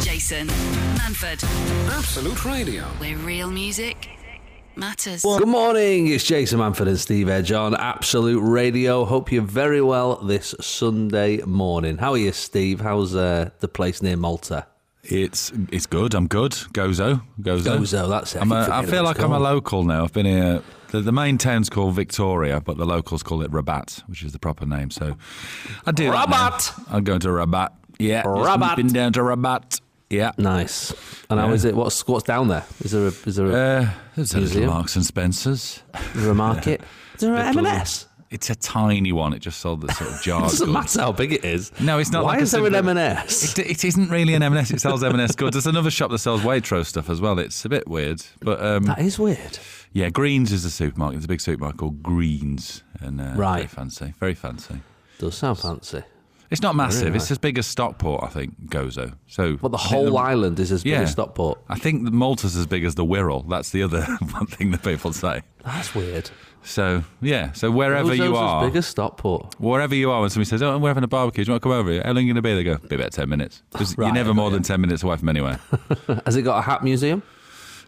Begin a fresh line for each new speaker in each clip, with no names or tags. Jason Manford.
Absolute Radio.
Where real music matters.
Good morning, it's Jason Manford and Steve Edge on Absolute Radio. Hope you're very well this Sunday morning. How are you, Steve? How's uh, the place near Malta?
It's it's good. I'm good. Gozo, Gozo,
Gozo, that's it.
I'm a,
I keep
I
forgetting
feel
what it's
like I'm a
called.
local now. I've been here. The, the main town's called Victoria, but the locals call it Rabat, which is the proper name. So I do that now.
Rabat!
I'm going to Rabat. Yeah, just
Rabat.
Been down to Rabat. Yeah.
Nice. And how is it? What's what's down there? Is there a is there a,
Uh, there's a
Museum.
little Marks and Spencers.
is there a market? Is there an
Little-
M&S?
It's a tiny one. It just sold the sort of jar.
It doesn't
goods.
matter how big it is.
No, it's not
Why
like a
is there an
super-
M&S?
It, it isn't really an M&S. It sells M&S goods. There's another shop that sells Waitrose stuff as well. It's a bit weird, but um,
That is weird.
Yeah, Greens is the supermarket. There's a big supermarket called Greens, and uh,
Right.
very fancy, very fancy.
Does sound fancy.
It's not massive.
Very nice.
It's as big as Stockport, I think. Gozo. So,
But the
I think
whole island is as big
yeah.
as Stockport.
I think the Malta's as big as the Wirral. That's the other one thing that people say.
That's weird.
So yeah, so wherever
Gozo's
you
as
are,
big as Stockport.
wherever you are, when somebody says, "Oh, we're having a barbecue, do you want to come over?" here? How long are you going to be? They go, "Be about ten minutes." 'Cause
Right,
you're never
I've got
more
you.
than ten minutes away from anywhere.
Has it got a hat museum?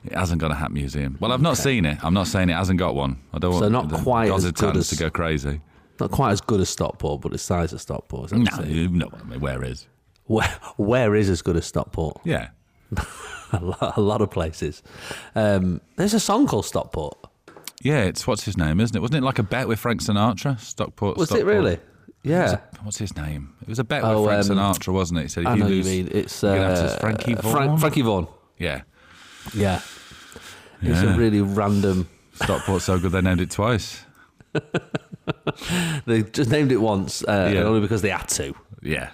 It hasn't got a hat museum. Well, I've not seen it. I'm not saying it hasn't got one. I don't
So
want
not
the
quite as
Gozetans
good as-
to go crazy.
Not quite as good as Stockport, but the size of Stockport. is
No,
obviously-
you know what I mean. Where is?
Where, where is as good as Stockport?
Yeah.
A lot, a lot of places. Um, there's a song called Stockport.
Yeah, it's what's his name, isn't it? Wasn't it like a bet with Frank Sinatra? Stockport.
Was it
Stockport.
really? Yeah.
What's his name? It was a bet
Oh,
with Frank
um,
Sinatra, wasn't it? He said if
I
you
know
lose,
what you mean. It's
you're gonna have
uh,
to- Frankie Vaughan.
Frank, Frankie Vaughan.
Yeah.
Yeah. It's a
Yeah.
really random.
Stockport's so good they named it twice.
They just named it once, uh,
Yeah.
and only because they had to.
Yeah.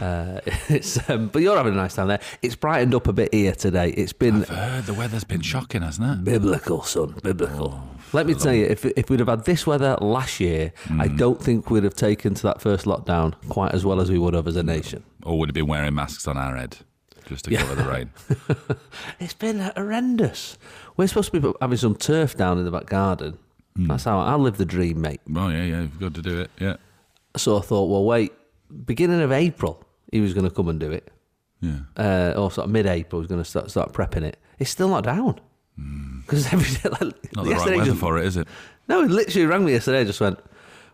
Uh, it's, um, but you're having a nice time there. It's brightened up a bit here today. It's been
Bird, the weather's been shocking, hasn't it?
biblical, son. Biblical.
Oh,
Let me tell you, if, if we'd have had this weather last year, I
Mm.
don't think we'd have taken to that first lockdown quite as well as we would have as a nation.
Or would have been wearing masks on our head just to cover the rain.
It's been horrendous. We're supposed to be having some turf down in the back garden.
Hmm.
That's how I live the dream, mate.
Oh yeah, yeah, you've got to do it. Yeah.
So I thought, well, wait, beginning of April, he was going to come and do it.
Yeah.
Uh, or sort of mid-April, he was going to start, start prepping it. It's still not down. Because every day, like,
Hmm. Not the
yesterday
right
he
weather
just-
for it, is it?
No, he literally rang me yesterday. and Just went,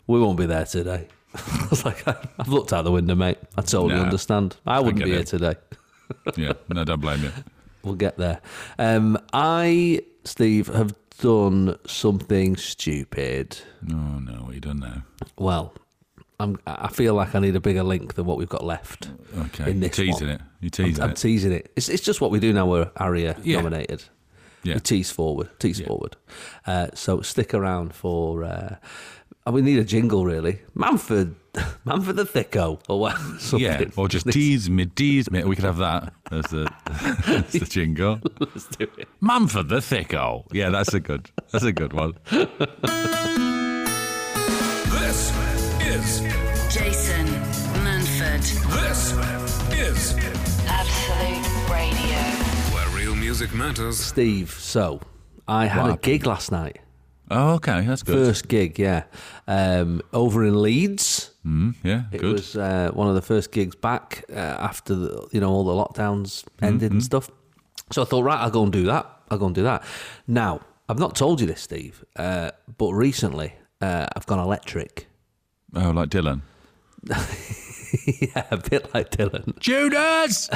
we won't be there today. I was like, I've looked out the window, mate. I totally
Nah.
understand. I wouldn't
get
be
it.
here today.
Yeah. No, don't blame you.
We'll get there. Um, I, Steve, have done something stupid.
No, no, what you done now?
Well, I'm, I feel like I need a bigger link than what we've got left.
Okay.
In
You're
this
teasing
one.
it. You're teasing
I'm
it.
teasing it. It's, it's just what we do now. We're ARIA
Yeah.
nominated.
Yeah.
We tease forward, tease
Yeah.
forward. Uh, so stick around for. Uh, and we need a jingle, really. Manford, Manford the Thicko, or what? something.
Yeah, or just tease me, tease me. We could have that as the, as the jingle.
Let's do it.
Manford the Thicko. Yeah, that's a good. That's a good one.
This is
Jason Manford.
this is
Absolute Radio.
where real music matters.
Steve, so I had a
happened?
gig last night.
Oh, okay, that's good.
First gig, yeah. Um, over in Leeds.
Mm, yeah,
It
good.
was uh, one of the first gigs back uh, after the, you know all the lockdowns ended
Mm-hmm.
and stuff. So I thought, right, I'll go and do that. I'll go and do that. Now I've not told you this, Steve, uh, but recently uh, I've gone electric.
oh, like Dylan.
yeah, a bit like Dylan.
Judas.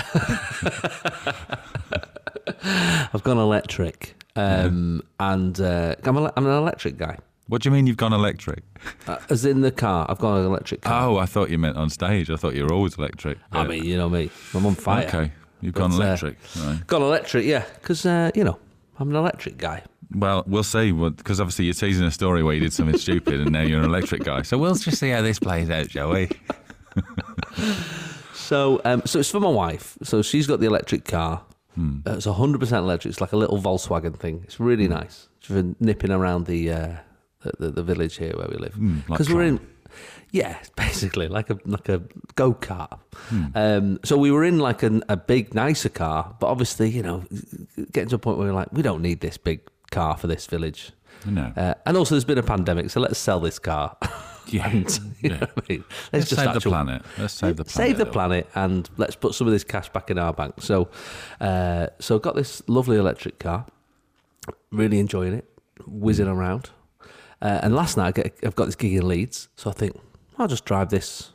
I've gone electric, um, and uh, I'm, a, I'm an electric guy.
What do you mean you've gone electric?
Uh, as in the car, I've got an electric car.
Oh, I thought you meant on stage. I thought you were always electric.
I
Yeah.
mean, you know me, I'm on fire.
Oh, okay, you've
But,
gone
uh,
electric. Right.
Gone electric, yeah, because uh, you know I'm an electric guy.
Well, we'll see. Because obviously you're teasing a story where you did something stupid, and now you're an electric guy. So we'll just see how this plays out, shall we?
So, um, so it's for my wife. So she's got the electric car.
Hmm.
Uh, it's hundred percent electric. It's like a little Volkswagen thing. It's really nice. She's been nipping around the, uh, the, the the village here where we live
Hmm, like
because we're in. Yeah, it's basically like a like a go kart.
Hmm.
Um, so we were in like an, a big nicer car, but obviously you know getting to a point where we're like we don't need this big car for this village.
No.
Uh, and also, there's been a pandemic, so let's sell this car.
Yeah.
And, you know
Yeah.
what I mean?
Let's
just
save the
actual-
planet. Let's save the planet.
Save the planet and let's put some of this cash back in our bank. So, uh, so got this lovely electric car, really enjoying it, whizzing around. Uh, and last night I get, I've got this gig in Leeds, so I think I'll just drive this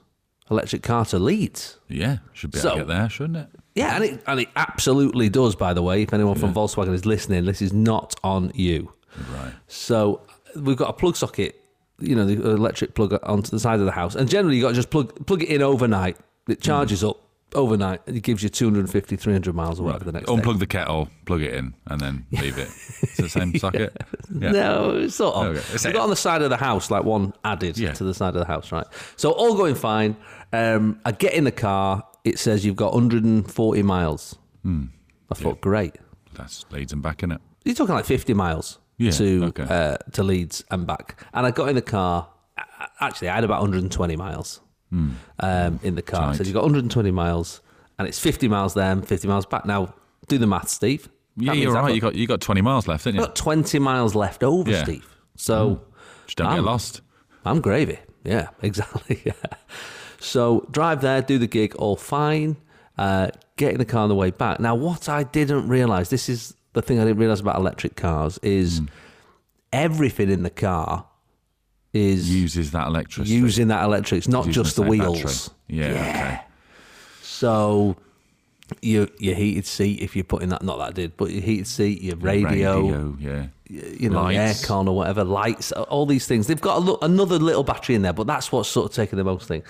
electric car to Leeds.
Yeah, should be able
So-
to get there, shouldn't it?
Yeah, and it, and it absolutely does. By the way, if anyone from Volkswagen is listening, this is not on you.
Right.
So we've got a plug socket, you know, the electric plug onto the side of the house, and generally you got to just plug plug it in overnight. It charges up overnight and it gives you 250, 300 miles or whatever the next day.
Unplug the kettle, plug it in, and then leave it. It's the same socket. Yeah.
No, it's sort of.
Okay, it's
We've
it.
got on the side of the house, like one added
Yeah.
to the side of the house, right? So all going fine. Um, I get in the car. It says you've got 140 miles.
Hmm.
I thought, great.
That's leads and back in it.
You're talking like 50 miles
Yeah,
to
okay.
uh, to Leeds and back. And I got in the car. a- Actually, I had about 120 miles um, in the car. So
Hmm. Tight.
you've got 120 miles, and it's 50 miles there and 50 miles back. Now, do the math, Steve. That
Yeah,
means
you're
I've
right.
got-
You got you got 20 miles left, didn't
I've
you?
got 20 miles left over,
Yeah. Oh.
Steve. So.
Just don't
I'm-
get lost.
I'm gravy. Yeah, exactly. Yeah. So drive there, do the gig, all fine. Uh, get in the car on the way back. Now, what I didn't realize, this is the thing I didn't realize about electric cars,
Hmm.
is everything in the car is
Uses that electricity.
using that electric. It's not
Using
just the,
same
wheels.
battery. Yeah. Okay.
So your your heated seat, if you're putting that, not that I did, but your heated seat, your radio,
Radio, yeah.
you know,
Lights.
aircon or whatever, lights, all these things. They've got a lo- another little battery in there, but that's what's sort of taking the most thing.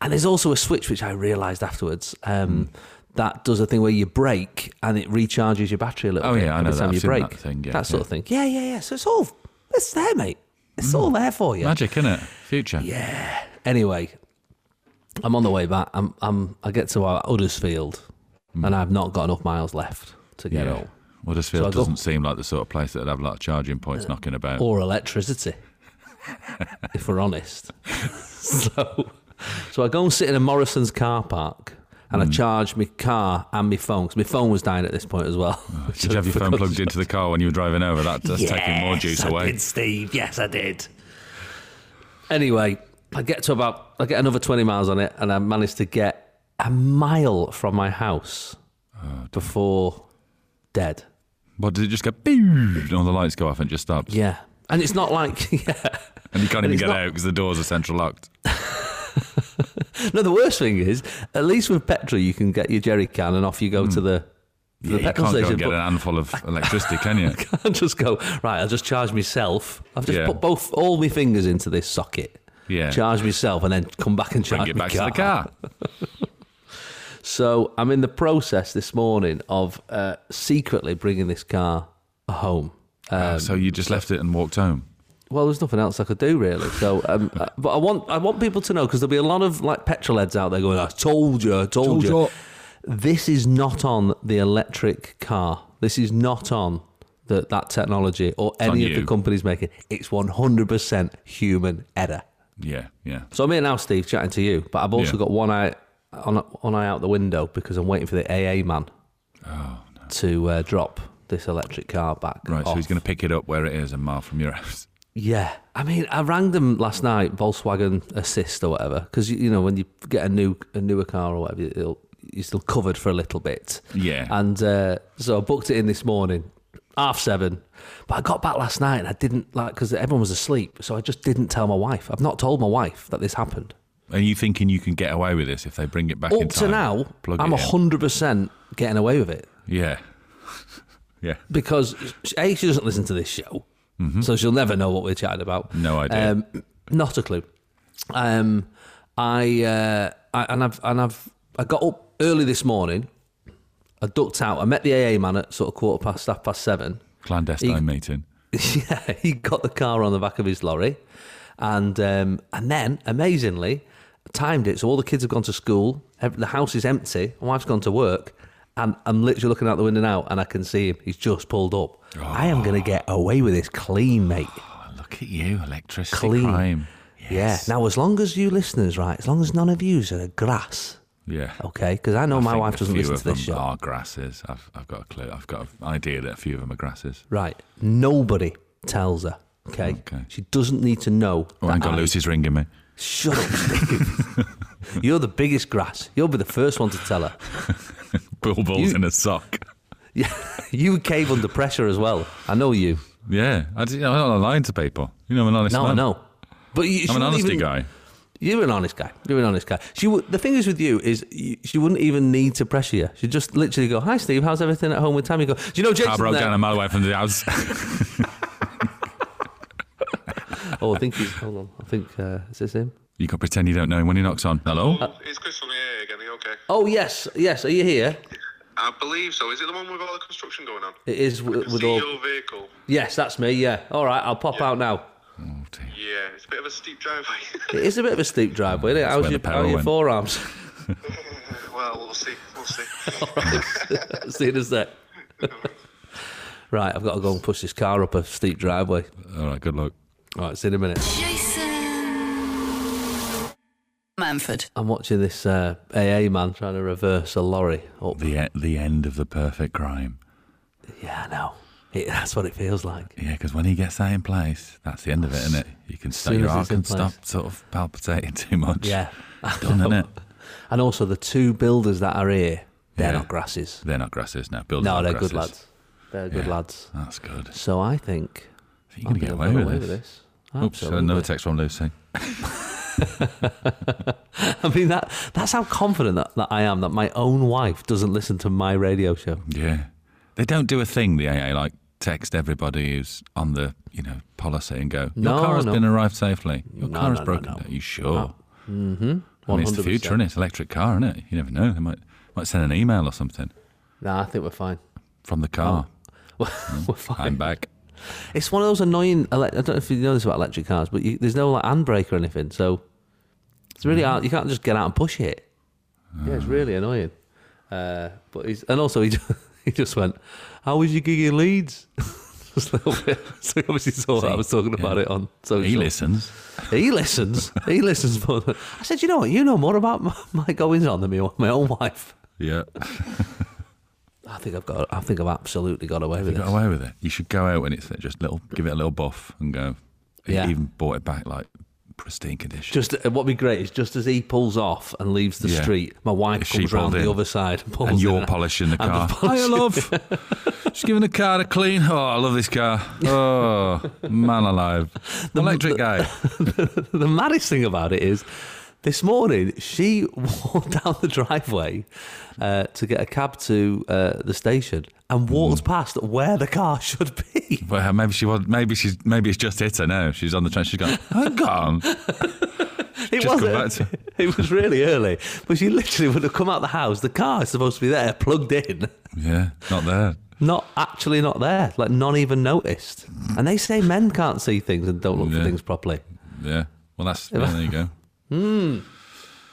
And there's also a switch, which I realised afterwards, um,
Hmm.
that does a thing where you brake and it recharges your battery a little
Oh,
bit
yeah, I know
every
that.
time
I've
you
seen
brake.
that thing, yeah,
sort
yeah. Hmm.
of thing. Yeah, yeah, yeah. So it's all, it's there, mate. It's all there for you.
Magic, innit? Future. Yeah.
Anyway, I'm on the way back. I'm, I'm, I get to uh, Huddersfield
Hmm.
and I've not got enough miles left to get home. So I Uh,
Huddersfield
go-
doesn't seem like the sort of place that'd have a lot of charging points knocking about.
or electricity, if we're honest. so, so I go and sit in a Morrison's car park and I
Hmm.
charge my car and my phone because my phone was dying at this point as well.
Oh, Did you have your phone plugged into the car when you were driving over? That, that's taking more juice
I
away.
did, Steve. Yes, I did. Anyway, I get to about I get another twenty miles on it, and I managed to get a mile from my house
Oh,
before dead.
But did it just go boom and all the lights go off and it just stops?
Yeah, and it's not like yeah.
And you can't even
it's
get
not-
out 'cause out because the doors are central locked.
No, the worst thing is, at least with petrol, you can get your jerry can and off you go to the, to the
Hmm. you
petrol
can't go
station.
and get
but
an handful of electricity, can you?
I can't just go, right, I'll just charge myself. I've just
Yeah.
put both all my fingers into this socket.
Yeah.
Charge myself and then come back and charge
Bring it
Oh my
back to the car.
So I'm in the process this morning of uh, secretly bringing this car home.
Oh,
Um,
so you just left it and walked home.
Well, there's nothing else I could do really. So, um, uh, but I want I want people to know because there'll be a lot of like petrol heads out there going, "I told you, I told,
Told
you.
ya.
This is not on the electric car. This is not on the, that technology or any
on
of the
you.
companies making. it. It's 100% human error.
Yeah, yeah.
So I'm here now, Steve, chatting to you, but I've also
Yeah.
got one eye on one eye out the window because I'm waiting for the AA man
Oh,
to uh, drop this electric car back.
Right, so he's
off.
going to pick it up where it is a mile from your house.
Yeah, I mean, I rang them last night, Volkswagen Assist or whatever, because you know when you get a new a newer car or whatever, it'll, you're still covered for a little bit.
Yeah.
and uh, so I booked it in this morning, half seven. But I got back last night and I didn't like because everyone was asleep, so I just didn't tell my wife. I've not told my wife that this happened
Are you thinking you can get away with this if they bring it back in
up to
time?
now.
plug
I'm
it in?
hundred percent getting away with it.
Yeah, yeah.
because A, she doesn't listen to this show, so she'll never know what we're chatting about.
Mm-hmm. No idea.
Um, not a clue. Um, I, uh, I and I've and I've I got up early this morning. I ducked out. I met the AA man at sort of quarter past half past seven.
Clandestine meeting.
yeah, he got the car on the back of his lorry, and um, and then amazingly timed it. So all the kids have gone to school. ev- The house is empty. My wife's gone to work, and I'm literally looking out the window now, and I can see him. He's just pulled up. I am going to get away with this clean, mate.
Look at you, electricity
Clean.
crime.
Yeah. Now, as long as you listeners, right, as long as none of yous are grass,
Yeah.
okay? Because I know Oh, my
think
wife
a
doesn't
few
listen
of
to this
them
show.
Are grasses? I've, I've got a clue. I've got an idea that a few of them are grasses.
Right. Nobody tells her Okay.
Okay.
She doesn't need to know.
Oh,
that
hang on,
I-
Lucy's ringing me.
Shut up, Steve. You're the biggest grass. You'll be the first one to tell her.
Bulbul's
You-
in a sock.
Yeah, you cave under pressure as well. I know you.
Yeah, I just, you know, I'm not lying to people. You know, I'm an honest
No, I
man.
know. But you, she
I'm an
wouldn't
honesty
even-
guy.
You're an honest guy. You're an honest guy. She w- the thing is with you is you, she wouldn't even need to pressure you. She'd just literally go, "Hi, Steve. How's everything at home with Tammy?" You Go, "Do you know
I
Jason?"
broke
there?"
down a mile away from the house.
Oh, I think he's. Hold on. I think uh, is this him?
you can pretend you don't know him when he knocks on. Hello?
Uh,
It's Chris from here again. Are you okay?
Oh yes, yes. Are you here?
I believe so. Is it the one with all the construction going on?
It is w- with
See
all.
your vehicle.
Yes, that's me. Yeah. All right, I'll pop out now.
Oh, dear.
Yeah, it's a bit of a steep driveway.
It is a bit of a steep driveway. Isn't it? How's
where
your,
the
how
power
are your
went.
forearms?
well, we'll see. We'll see.
See you in a sec. right, I've got to go and push this car up a steep driveway.
All right, good luck.
All right, see you in a minute.
Jason Manford.
I'm watching this uh, AA man trying to reverse a lorry up.
The, e- the end of the perfect crime.
Yeah, I know. It, that's what it feels like.
Yeah, because when he gets that in place, that's the end of it, isn't it? You can stop,
soon
your
as
heart
it's in
can stop
place.
sort of palpitating too much.
Yeah.
Done, innit?
And also the two builders that are here, they're
Yeah.
not grasses.
They're not grasses now. Builders
No,
are
they're
grasses.
good lads. They're good
Yeah.
lads.
That's good. I
So I think I'll
think you're going to
be
get
able
away,
to get
with, this. Oops,
Absolutely.
another text from Lucy.
I mean that that's how confident that, that I am that my own wife doesn't listen to my radio show.
Yeah. They don't do a thing, the AA, like text everybody who's on the, you know, policy and go, Your
No,
car has
no.
been arrived safely. Your
No,
car
no,
is
no,
broken
no.
down. you sure?
Mm-hmm.
I mean, it's the future, is it? It's an electric car, isn't it? You never know. They might might send an email or something
No, I think we're fine.
from the car.
we're fine.
I'm back.
It's one of those annoying. ele- I don't know if you know this about electric cars, but you, there's no like handbrake or anything, so it's really hard. You can't just get out and push it. Yeah, it's really annoying. Uh, but he's and also he just, he just went, "How was your gig in Leeds?" Just a little bit. So he obviously saw that I was talking about it on social.
He listens.
He listens. he listens. More than, I said, "You know what? You know more about my, my goings on than me, my own wife."
Yeah.
I think I've got. I think I've absolutely got away
You
with it.
got away with it. You should go out and it's just little, give it a little buff and go. He
Yeah.
even bought it back like pristine condition.
Just uh, what'd be great is just as he pulls off and leaves the
Yeah.
street, my wife
If she
comes round
pulled in.
the other side and pulls
and
in
you're
I-
polishing the
I'm
car.
just polishing-
Hiya, love. just giving the car a clean. Oh, I love this car. Oh, man alive. Electric guy.
the maddest thing about it is this morning she walked down the driveway uh, to get a cab to uh, the station and
Mm.
walked past where the car should be.
Well, maybe she was. Maybe she's. Maybe it's just hit her now. She's on the train. She's gone. Hang on.
It
Just come
wasn't.
back to-
It was really early, but she literally would have come out the house. The car is supposed to be there, plugged in.
Yeah, not there.
not actually not there, like none even noticed. And they say men can't see things and don't look for
Yeah.
things properly.
Yeah. Well, that's. yeah, there you go.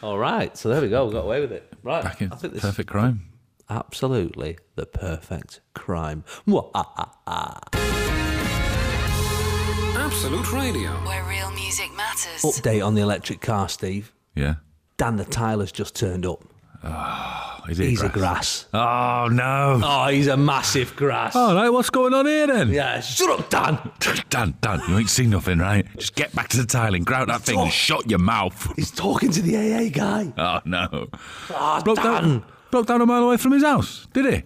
All right, so there we go. We got away with it. Right,
Back in
I think this is
perfect crime.
absolutely the perfect crime. Mwah, ah, ah.
Absolute Radio.
Where real music matters.
Update on the electric car, Steve.
Yeah.
Dan the Tyler's just turned up.
Oh, is it
He's a grass.
Oh no.
Oh, he's a massive grass.
All right, what's going on here then?
Yeah, shut up, Dan.
Dan, Dan, you ain't seen nothing, right? Just get back to the tiling, grout that
Oh.
thing, and shut your mouth.
He's talking to the AA guy.
Oh no.
Ah,
Broke
Dan.
down, broke down a mile away from his house, did he?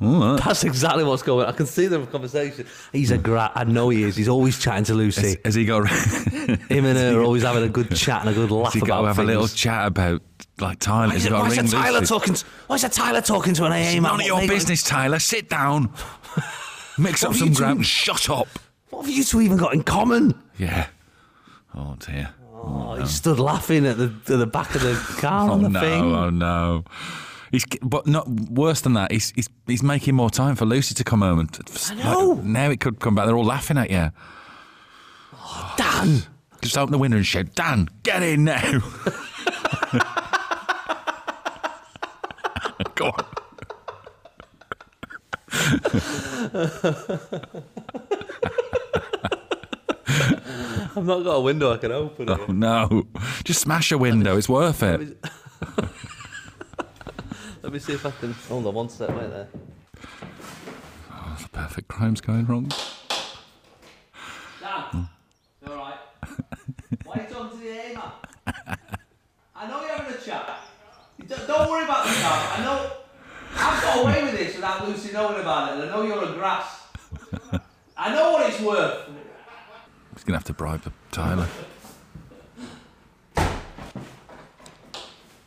All right.
That's exactly what's going on. I can see the conversation. He's a grass. I know he is. He's always chatting to Lucy.
Has, has he got? has
Him and her are always having a good chat and a good laugh
he got
about
to have a
things.
little chat about like tiling? Has he got to ring Lucy?
talking? To, why is a Tyler talking to an AA
None of your business, Tyler. Sit down. Mix up
What are
some
you
grout
doing?
and shut up.
What have you two even got in common?
Yeah. Oh dear.
Oh, he stood laughing at the at the back of the car
Oh
on the
no,
thing.
oh no. He's, but not worse than that. He's, he's he's making more time for Lucy to come home. And I
know.
now it could come back. They're all laughing at you.
Dan,
Just open the window and shout, "Dan, get in now!" Go on.
I've not got a window I can open.
Oh, no, just smash a window. It's worth it.
Let me see if I can. Hold on, one step right there.
Oh, The perfect crime's going wrong.
Dan, I know I've got away with this without Lucy knowing about it, and I know you're a grass. I know what it's worth.
He's going to have to bribe the Tyler.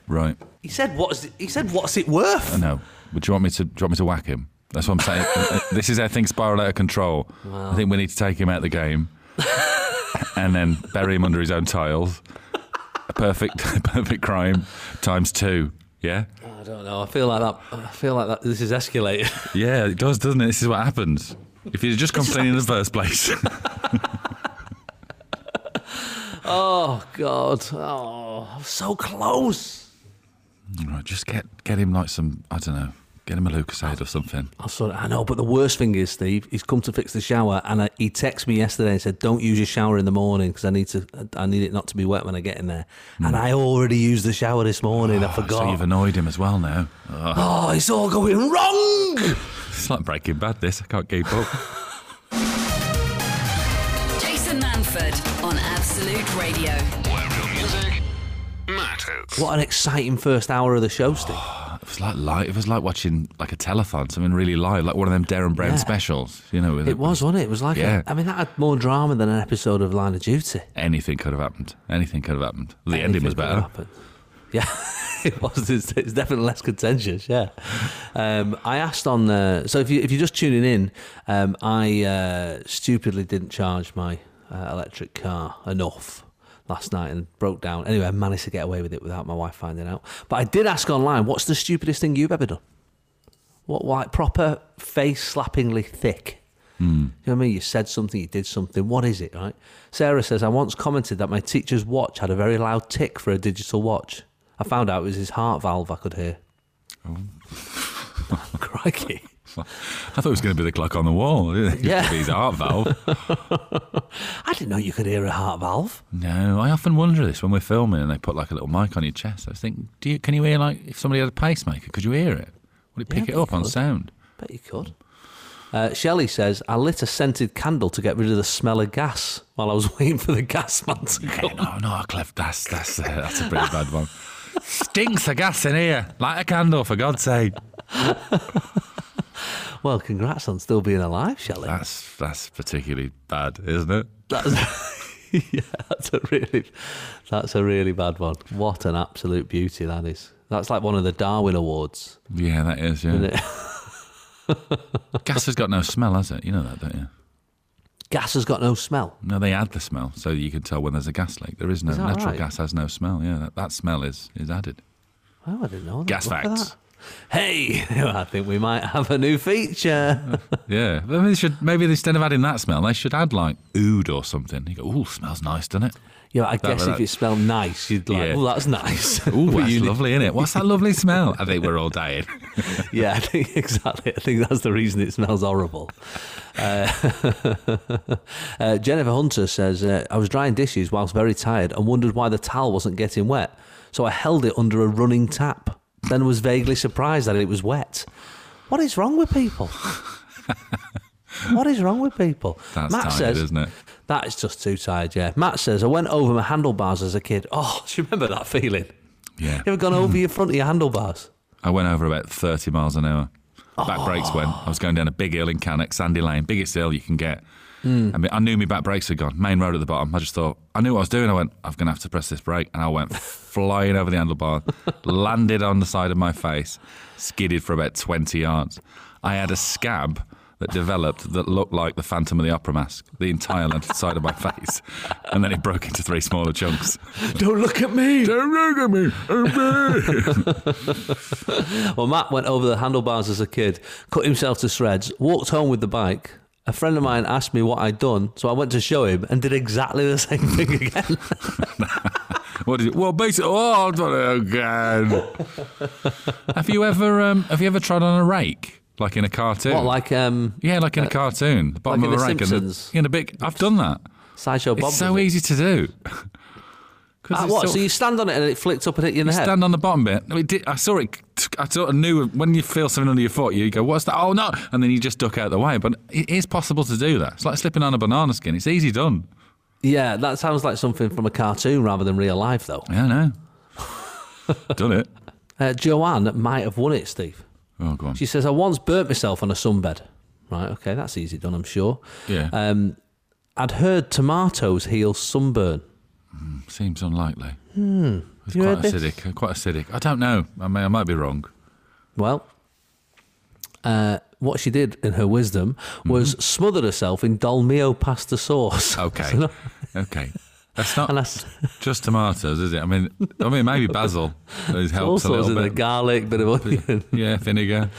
Right.
He said, "What's he said? What's it
I
worth?"
know. But do you want me to do you want me to whack him? That's what I'm saying. Uh, this is how things spiral out of control. I think we need to take him out of the game and then bury him under his own tiles. A perfect perfect crime times two. Yeah?
I don't know. I feel like that. I feel like that. This is escalating.
Yeah, it does, doesn't it? This is what happens. If you'd just complained in the first place.
oh God. Oh, I'm so close.
right, just get get him like some I don't know. Get him a Lucasade or something.
I sort of, I know, but the worst thing is, Steve, he's come to fix the shower, and I, he texted me yesterday and said, "Don't use your shower in the morning because I need to, I need it not to be wet when I get in there." And I already used the shower this morning. I forgot.
Hmm. Ah, So you've annoyed him as well now.
Oh, it's all going wrong.
It's like Breaking Bad. This I can't keep up.
Jason Manford on Absolute Radio.
Where real music matters.
What an exciting first hour of the show, Steve.
It was like live. It was like watching like a telethon, something really live, like one of them Darren Brown
Yeah.
specials. You know, with
It was, wasn't it? It was like, a- I
Yeah.
mean, that had more drama than an episode of Line of Duty.
anything could have happened. Anything could have happened. The ending
Anything
was
could
better.
happen. Yeah, it was. It's, it's definitely less contentious. Yeah, um, I asked on. Uh, so if you if you're just tuning in, um, I uh, stupidly didn't charge my uh, electric car enough last night and broke down. Anyway, I managed to get away with it without my wife finding out. But I did ask online, what's the stupidest thing you've ever done? What like proper face slappingly thick? You know what I mean? You said something, you did something. What is it, right? Sarah says, I once commented that my teacher's watch had a very loud tick for a digital watch. I found out it was his heart valve I could hear. Crikey.
I thought it was going to be the clock on the wall.
Yeah.
Yeah, his heart valve.
I didn't know you could hear a heart valve.
no, I often wonder this when we're filming and they put like a little mic on your chest. I was thinking, do you? Can you hear like if somebody had a pacemaker? Could you hear it? Would it
Yeah,
pick it
but
up
you
on
could.
sound?
Bet you could. Uh, Shelley says, I lit a scented candle to get rid of the smell of gas while I was waiting for the gas man to
Yeah,
come.
Oh, no, no, Cliff. That's that's uh, that's a pretty bad one. Stinks of gas in here. Light a candle for God's sake.
Well, congrats on still being alive, Shelley.
That's that's particularly bad, isn't it?
That's yeah, that's a really that's a really bad one. What an absolute beauty that is. That's like one of the Darwin Awards.
Yeah, that is. Yeah,
Isn't it?
gas has got no smell, has it? You know that, don't you?
Gas has got no smell.
No, they add the smell so that you can tell when there's a gas leak. There is no
Is that
natural
right?
gas has no smell. Yeah, that, that smell is is added.
Oh, I didn't know. that.
Gas
Look at
facts.
that. Hey, I think we might have a new feature.
Yeah, maybe they should. Maybe instead of adding that smell, they should add like oud or something. You go, ooh, smells nice, doesn't it?
Yeah, I guess if
that-
it smelled nice, you'd like.
Yeah.
Oh, that's nice.
Ooh,
But
that's
you-
lovely, isn't it? What's that lovely smell? I think we're all dying.
yeah, I think exactly. I think that's the reason it smells horrible. Uh, uh, Jennifer Hunter says, uh, I was drying dishes whilst very tired and wondered why the towel wasn't getting wet. So I held it under a running tap, then was vaguely surprised that it was wet. What is wrong with people? what is wrong with people?
That's
Matt
tired,
says,
isn't it?
That is just too tired, yeah. Matt says, I went over my handlebars as a kid. Oh, do you remember that feeling?
Yeah,
You ever gone over your front of your handlebars?
I went over about thirty miles an hour. Back brakes went. I was going down a big hill in Cannock, Sandy Lane, biggest hill you can get. I mean, I knew my back brakes had gone. Main road at the bottom. I just thought I knew what I was doing. I went, I'm going to have to press this brake, and I went flying over the handlebar, landed on the side of my face, skidded for about twenty yards. I had a scab that developed that looked like the Phantom of the Opera mask, the entire length of the side of my face, and then it broke into three smaller chunks.
Don't look at me!
Don't look at me. Don't look.
Well, Matt went over the handlebars as a kid, cut himself to shreds, walked home with the bike. A friend of mine asked me what I'd done, so I went to show him and did exactly the same thing again.
What is it? Well, basically, oh, oh God. have you ever um, have you ever trod on a rake, like in a cartoon?
what, like um,
yeah, like in a cartoon, the bottom
like in
of a
The
rake, and
Simpsons?
the, in a big. I've done that.
Sideshow Bob?
It's so
does it.
easy to do. 'Cause
Ah,
it's
what?
sort
So
of-
you stand on it and it flicked up and hit you in the head?
stand on the bottom bit. I, mean, di- I saw it. I sort of knew when you feel something under your foot, you go, "What's that?" Oh no! And then you just duck out the way. But it is possible to do that. It's like slipping on a banana skin. It's easy done.
yeah, that sounds like something from a cartoon rather than real life, though.
Yeah, I know. done it.
Uh, Joanne might have won it, Steve.
Oh, go on.
She says, I once burnt myself on a sunbed. Right, okay, that's easy done, I'm sure.
Yeah.
Um, I'd heard tomatoes heal sunburn.
Seems unlikely. It's
You
quite
heard this?
acidic. uh, Quite acidic. I don't know. I may. I might be wrong.
Well, uh, what she did in her wisdom was smothered herself in Dolmio pasta sauce. So
Mm-hmm. Okay.
not-
okay. That's not
and that's
just tomatoes, is it? I mean, I mean maybe basil has
all
helps a
sorts
little
of the
bit.
garlic, bit of onion.
yeah, vinegar.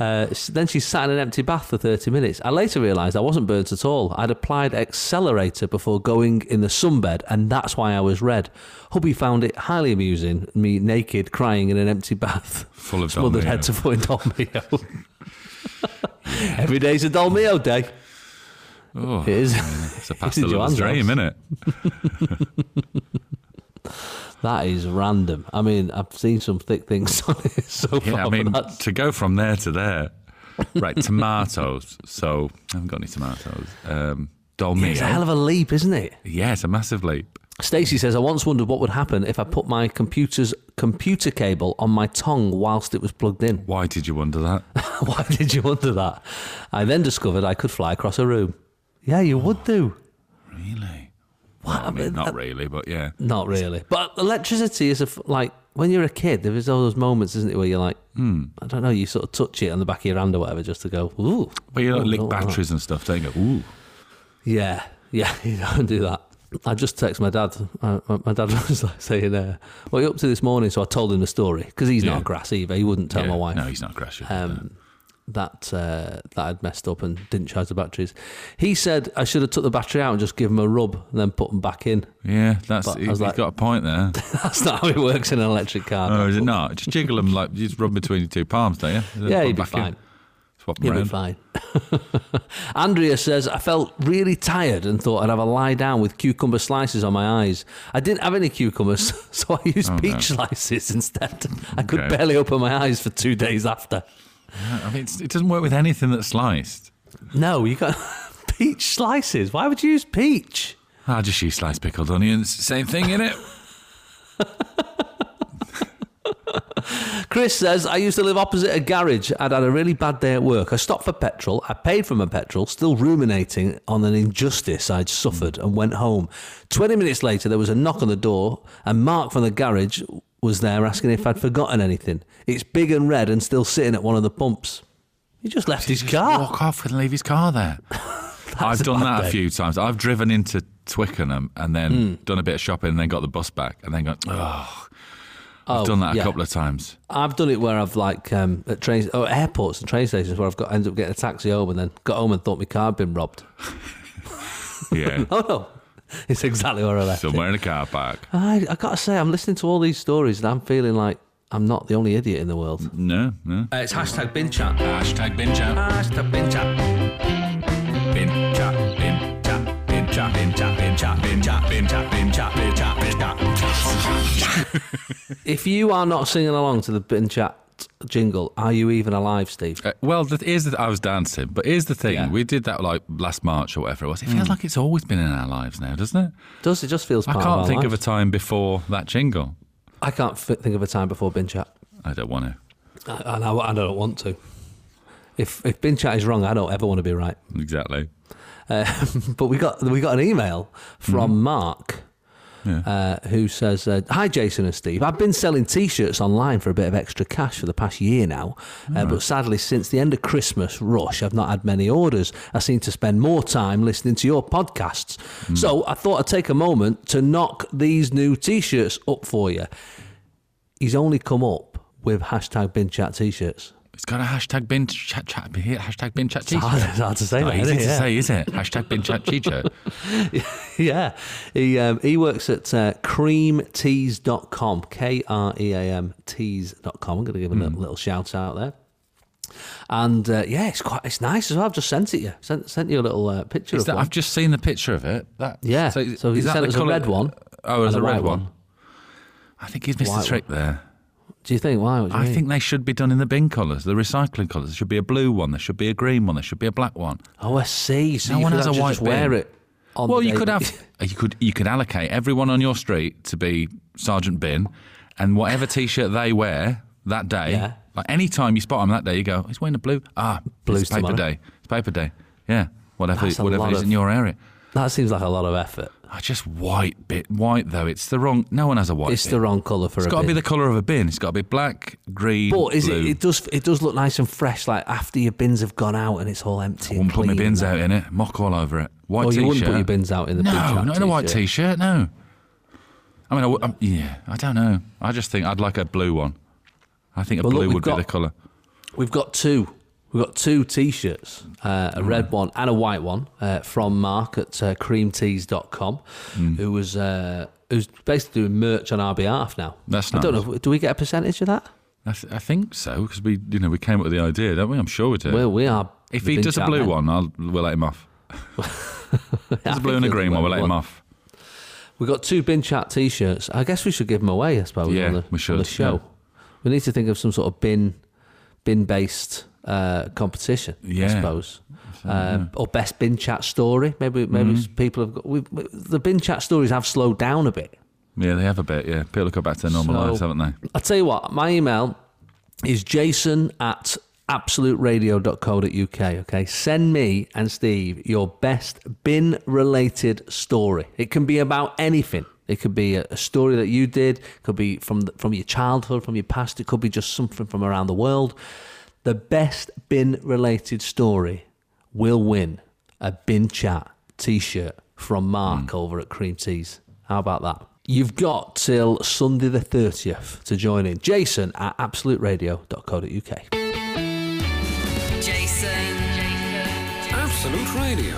Uh, then she sat in an empty bath for 30 minutes. I later realised I wasn't burnt at all. I'd applied accelerator before going in the sunbed, and that's why I was red. Hubby found it highly amusing, me naked, crying in an empty bath.
Full of
Smothered
Dolmio.
head to foot in Dolmio. Every day's a Dolmio day.
Oh,
It is.
it's a pasta little
Joanne's house.
dream, isn't it?
That is random. I mean, I've seen some thick things on it so far.
Yeah, I
but
mean,
that's-
to go from there to there. Right, tomatoes. So I haven't got any tomatoes. Um, Dolmio.
it's a hell of a leap, isn't it?
yeah, it's a massive leap.
Stacey says, I once wondered what would happen if I put my computer's computer cable on my tongue whilst it was plugged in.
Why did you wonder that?
Why did you wonder that? I then discovered I could fly across a room. Yeah, you would do.
really?
What?
I mean, not really, but yeah.
Not really. But electricity is a f- like when you're a kid. There is all those moments, isn't it, where you're like,
Hmm.
I don't know. You sort of touch it on the back of your hand or whatever, just to go, ooh.
But you
Oh,
don't lick
don't like that.
batteries and stuff, don't you? Ooh.
Yeah, yeah, you don't do that. I just text my dad. Uh, my- my dad was like saying, uh, "What are you up to this morning?" So I told him the story because he's
Yeah.
not a grass either. He wouldn't tell
Yeah.
my wife
No, he's not crashing.
um, that uh, that I'd messed up and didn't charge the batteries. He said I should have took the battery out and just give him a rub and then put them back in.
yeah, that's
but I
he,
was
has
like-
got a point there.
That's not how it works in an electric car.
Oh, is it
But-
not? Just jiggle them like you just rub 'em between your two palms, don't you? Just
Yeah,
put
you'd be
back in.
fine.
Swap 'em
You'll be fine.
round.
Andrea says, I felt really tired and thought I'd have a lie down with cucumber slices on my eyes. I didn't have any cucumbers, so I used peach slices instead. I could
Okay.
barely open my eyes for two days after.
I mean, it's, it doesn't work with anything that's sliced.
No, you got peach slices. Why would you use peach?
I Ah, just use sliced pickled onions. Same thing, in it.
Chris says, I used to live opposite a garage. I'd had a really bad day at work. I stopped for petrol. I paid for my petrol, still ruminating on an injustice I'd suffered, and went home. 20 minutes later, there was a knock on the door, and Mark from the garage was there asking if I'd forgotten anything. It's big and red and still sitting at one of the pumps. He just left his
Just
car.
Walk off and leave his car there. I've
a
done
bad
that
day.
a few times. I've driven into Twickenham and then
Hmm.
done a bit of shopping and then got the bus back and then gone, oh, I've
Oh,
done that a
yeah.
couple of times.
I've done it where I've like um, at trains, oh, at airports and train stations where I've got ended up getting a taxi home and then got home and thought my car had been robbed.
Yeah.
Oh no, it's exactly where I left. it.
Somewhere in a car park.
I, I gotta say, I'm listening to all these stories and I'm feeling like I'm not the only idiot in the world.
No, no.
Uh, it's hashtag bin chat.
Hashtag binge out.
Hashtag bin chat.
Binge out. Binge out. Binge out. Binge out. Binge out. Binge out. Binge out. Binge out. Binge out. Binge out.
If you are not singing along to the bin chat jingle, are you even alive, Steve?
Uh, well, the, here's the, I was dancing, but here's the thing:
Yeah.
we did that like last March or whatever it was. It feels like it's always been in our lives now, doesn't it?
Does it just feels
I
part
can't
of
think of a time before that jingle.
a. I can't f- think of a time before bin chat,
I don't want to.
I- and I, I don't want to. If if bin chat is wrong, I don't ever want to be right.
Exactly.
Uh, but we got we got an email from
Mm-hmm.
Mark. Uh, who says, uh, Hi, Jason and Steve. I've been selling t shirts online for a bit of extra cash for the past year now, uh, but sadly, since the end of Christmas rush, I've not had many orders. I seem to spend more time listening to your podcasts.
Mm.
So I thought I'd take a moment to knock these new t shirts up for you. He's only come up with hashtag bin chat t shirts.
It's got a hashtag bin chat chat hashtag bin chat
It's hard,
t-shirt.
it's hard to say
Not
that,
easy
isn't it?
to
Yeah.
say, is it? Hashtag bin chat t-shirt.
yeah. He um, he works at uh, creamteas.com, K R E A M teas.com. I'm going to give him
Hmm.
a little shout out there. And uh, yeah, it's quite it's nice as well. I've just sent it you. Sent sent you a little uh, picture
Is
of
that-
one.
I've just seen the picture of it. That,
Yeah. So you said it was a red one
Oh, it was
and
a
a
red
white
one.
one.
I think he's missed
White
a trick there.
Do you think why? What do you
I
mean?
think they should be done in the bin colours, the recycling colours. There should be a blue one, there should be a green one, there should be a black one.
Oh, I see. So
No
you
one
could
has a
actually
white
just wear
bin.
it. On
well,
the
you
day
could
that-
have you could you could allocate everyone on your street to be sergeant bin, and whatever t-shirt they wear, that day,
Yeah.
like any time you spot him that day, you go, he's wearing a blue. Ah,
Blues
it's paper
tomorrow.
day. It's paper day. Yeah, whatever,
That's a
whatever
lot
it is
of-
in your area.
That seems like a lot of effort.
Ah, just white bit. White though, it's the wrong. No one has a white.
It's
bin.
the wrong colour for
It's
a
got to be
bin.
the colour of a bin. It's got to be black, green,
But is
blue.
it? It does. It does look nice and fresh. Like after your bins have gone out and it's all empty.
wouldn't
and
put my
clean
bins
and
out in it. Mock all over it. White
Oh,
t-shirt.
you wouldn't put your bins out in the
no,
bin
not
chat
in a white
t-shirt.
t-shirt. No. I mean, I w- I'm- yeah, I don't know. I just think I'd like a blue one. I think a
Well, look,
blue
we've
would
got-
be the colour.
We've got two. We've got two T-shirts, uh, a
Mm.
red one and a white one uh, from Mark at uh, creamteas.com,
Mm.
who was uh, who's basically doing merch on our behalf now.
That's
I don't
nice.
know. Do we get a percentage of that?
I, th- I think so because we, you know, we came up with the idea, don't we? I'm sure we do.
Well, we are.
if
the
he
bin
does a
chat
blue
men.
one, I'll we'll let him off. If
I
There's a
think
blue and a
he'll do
green one. We'll let him
one.
off.
We've got two bin chat T-shirts. I guess we should give them away. I suppose.
Yeah,
on the,
we should,
On the show,
yeah.
we need to think of some sort of bin, bin-based uh, competition. I
Yeah.
suppose. Uh, or best bin chat story. Maybe maybe
Mm-hmm.
people have got we, we- the bin chat stories have slowed down a bit.
Yeah, they have a bit. Yeah, people go back to their normal
So-
lives, haven't they?
I'll tell you what, my email is jason at absoluteradio.co.uk. Okay. Send me and Steve your best bin related story. It can be about anything. It could be a, a story that you did, it could be from, the, from your childhood, from your past, it could be just something from around the world. The best bin related story will win a bin chat t shirt from Mark over at Cream Teas. How about that? You've got till Sunday the 30th to join in. Jason at absoluteradio.co.uk.
Jason. Jason.
Absolute Radio,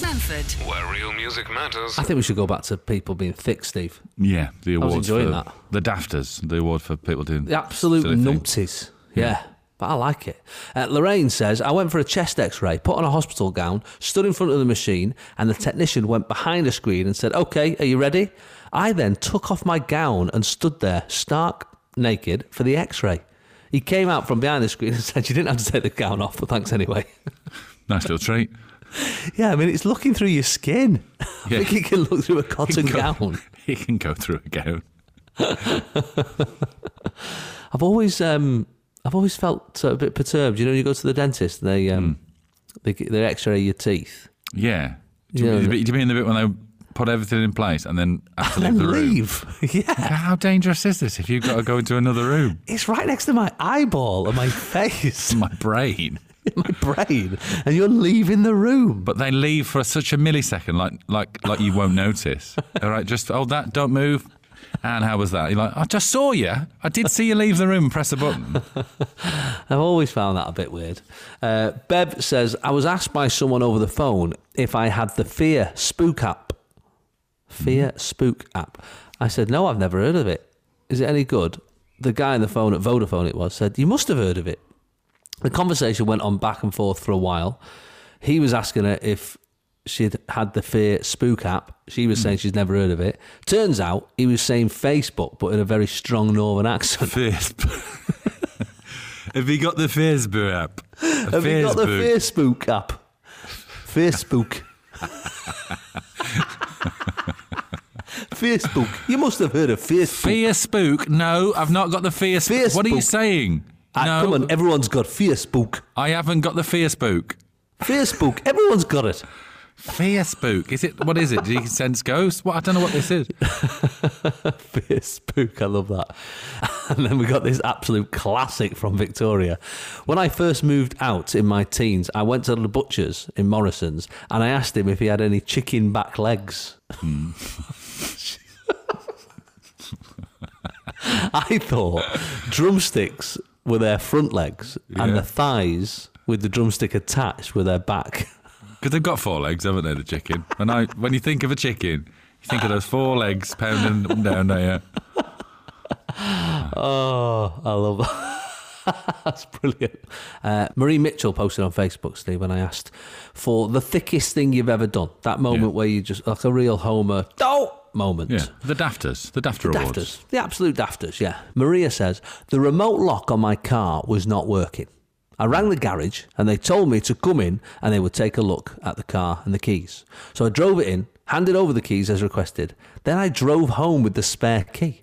Manford.
where real music matters.
I think we should go back to people being thick, Steve.
Yeah, the
was
award
enjoying
for
that.
the Dafters, the award for people doing
The absolute
silly things.
numpties. Yeah. But I like it. Uh, Lorraine says, I went for a chest x ray, put on a hospital gown, stood in front of the machine, and the technician went behind a screen and said, Okay, are you ready? I then took off my gown and stood there, stark naked, for the x ray. He came out from behind the screen and said, You didn't have to take the gown off, but thanks anyway.
Nice little treat.
yeah, I mean, it's looking through your skin.
Yeah.
I think you can look through a cotton
Go-
gown.
He can go through a gown.
I've always um, I've always felt a bit perturbed. You know, you go to the dentist and they um,
Hmm.
they g- they X-ray your teeth.
Yeah. Do,
Yeah.
you, do you mean the bit when they put everything in place and then have to leave
Then
the room?
leave. yeah,
How dangerous is this if you've got to go into another room?
it's right next to my eyeball and my face,
My brain.
my brain, and you're leaving the room.
But they leave for such a millisecond, like like like you won't notice. All right, just oh that, don't move. And how was that? You're like, I just saw you. I did see you leave the room and press a button.
I've always found that a bit weird. Uh, Bev says I was asked by someone over the phone if I had the Fear Spook app. Fear Spook app. I said no, I've never heard of it. Is it any good? The guy on the phone at Vodafone, it was, said you must have heard of it. The conversation went on back and forth for a while. He was asking her if she'd had the Fear Spook app. She was saying she's never heard of it. Turns out he was saying Facebook, but in a very strong Northern accent.
Fizb. Have you got the Fizboo app?
Have you got the
Fizboo.
Fear Spook app? Fear Spook. Fear Spook. You must have heard of Fear Spook.
Fear spook? No, I've not got the fear spook.
Fear
What are you
spook.
saying?
Ah,
no,
Come on, everyone's got Fear Spook.
I haven't got the fear spook.
Fear Spook. Everyone's got it.
Fear spook? Is it? What is it? Do you sense ghosts? What? I don't know what this is.
Fear Spook. I love that. And then we got this absolute classic from Victoria. When I first moved out in my teens, I went to the butcher's in Morrison's and I asked him if he had any chicken back legs. I thought drumsticks were their front legs and
Yeah.
the thighs with the drumstick attached were their back.
Because they've got four legs, haven't they? The chicken. And I, when you think of a chicken, you think of those four legs pounding up and down there.
Oh, I love that. That's brilliant. Uh, Marie Mitchell posted on Facebook, Steve, when I asked for the thickest thing you've ever done. That moment
Yeah.
where you just, like a real Homer, oh! moment.
Yeah, the Dafters, the Dafter Awards.
Dafters. The absolute dafters, yeah. Maria says, the remote lock on my car was not working. I rang the garage and they told me to come in and they would take a look at the car and the keys. So I drove it in, handed over the keys as requested. Then I drove home with the spare key.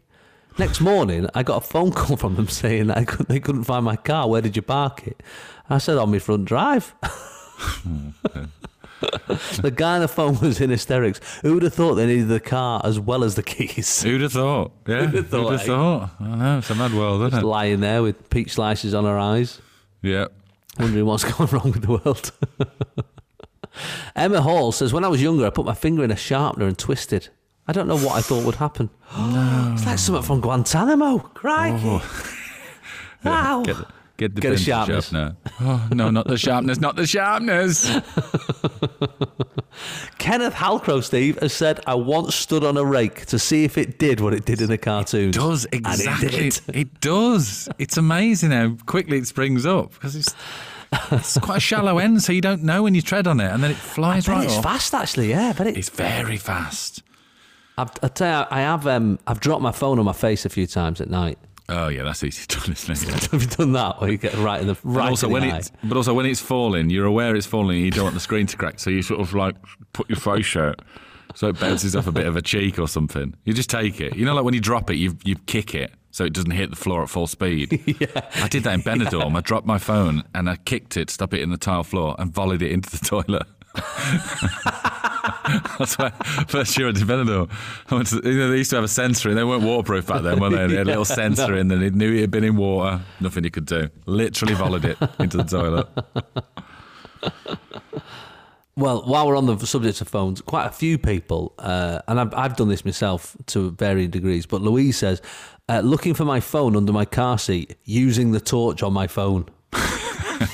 Next morning, I got a phone call from them saying that I couldn't, they couldn't find my car. Where did you park it? I said, on my front drive. the guy on the phone was in hysterics. Who would have thought they needed the car as well as the keys?
Who'd have thought? Yeah,
Who'd have thought, eh?
thought? I know it's a mad world, isn't it?
Lying there with peach slices on her eyes,
yeah.
wondering what's going wrong with the world. Emma Hall says, When I was younger, I put my finger in a sharpener and twisted. I don't know what I thought would happen. it's like something from Guantanamo. Crikey. Wow.
Oh. Get the, get the
Get a
pencil
sharpness.
sharpener. Oh, no, not the sharpness, not the sharpness.
Kenneth Halcrow, Steve, has said, I once stood on a rake to see if it did what it did in the cartoons.
does
And it
exactly.
did.
It, does. It's amazing how quickly it springs up because it's it's quite a shallow end, so you don't know when you tread on it, and then it flies
I bet
right
it's
off.
fast, actually, yeah. But it,
It's very fast.
I've, I tell you, I have, um, I've dropped my phone on my face a few times at night.
Oh yeah, that's easy done, isn't it?
have you done that? Where you get right in the right
And also
in the
when
eye?
it's but also when it's falling, you're aware it's falling. You don't want the screen to crack, so you sort of like put your face out so it bounces off a bit of a cheek or something. You just take it. You know, like when you drop it, you you kick it so it doesn't hit the floor at full speed. I did that in Benidorm. I dropped my phone and I kicked it, stuck it in the tile floor, and volleyed it into the toilet. That's why first year I did Benidorm. I went to, you know, they used to have a sensor, and they weren't waterproof back then, were they? They had a little sensor, in and then it knew it had been in water. Nothing you could do. Literally volleyed it into the toilet.
Well, while we're on the subject of phones, quite a few people, uh, and I've, I've done this myself to varying degrees, but Louise says, uh, looking for my phone under my car seat, using the torch on my phone.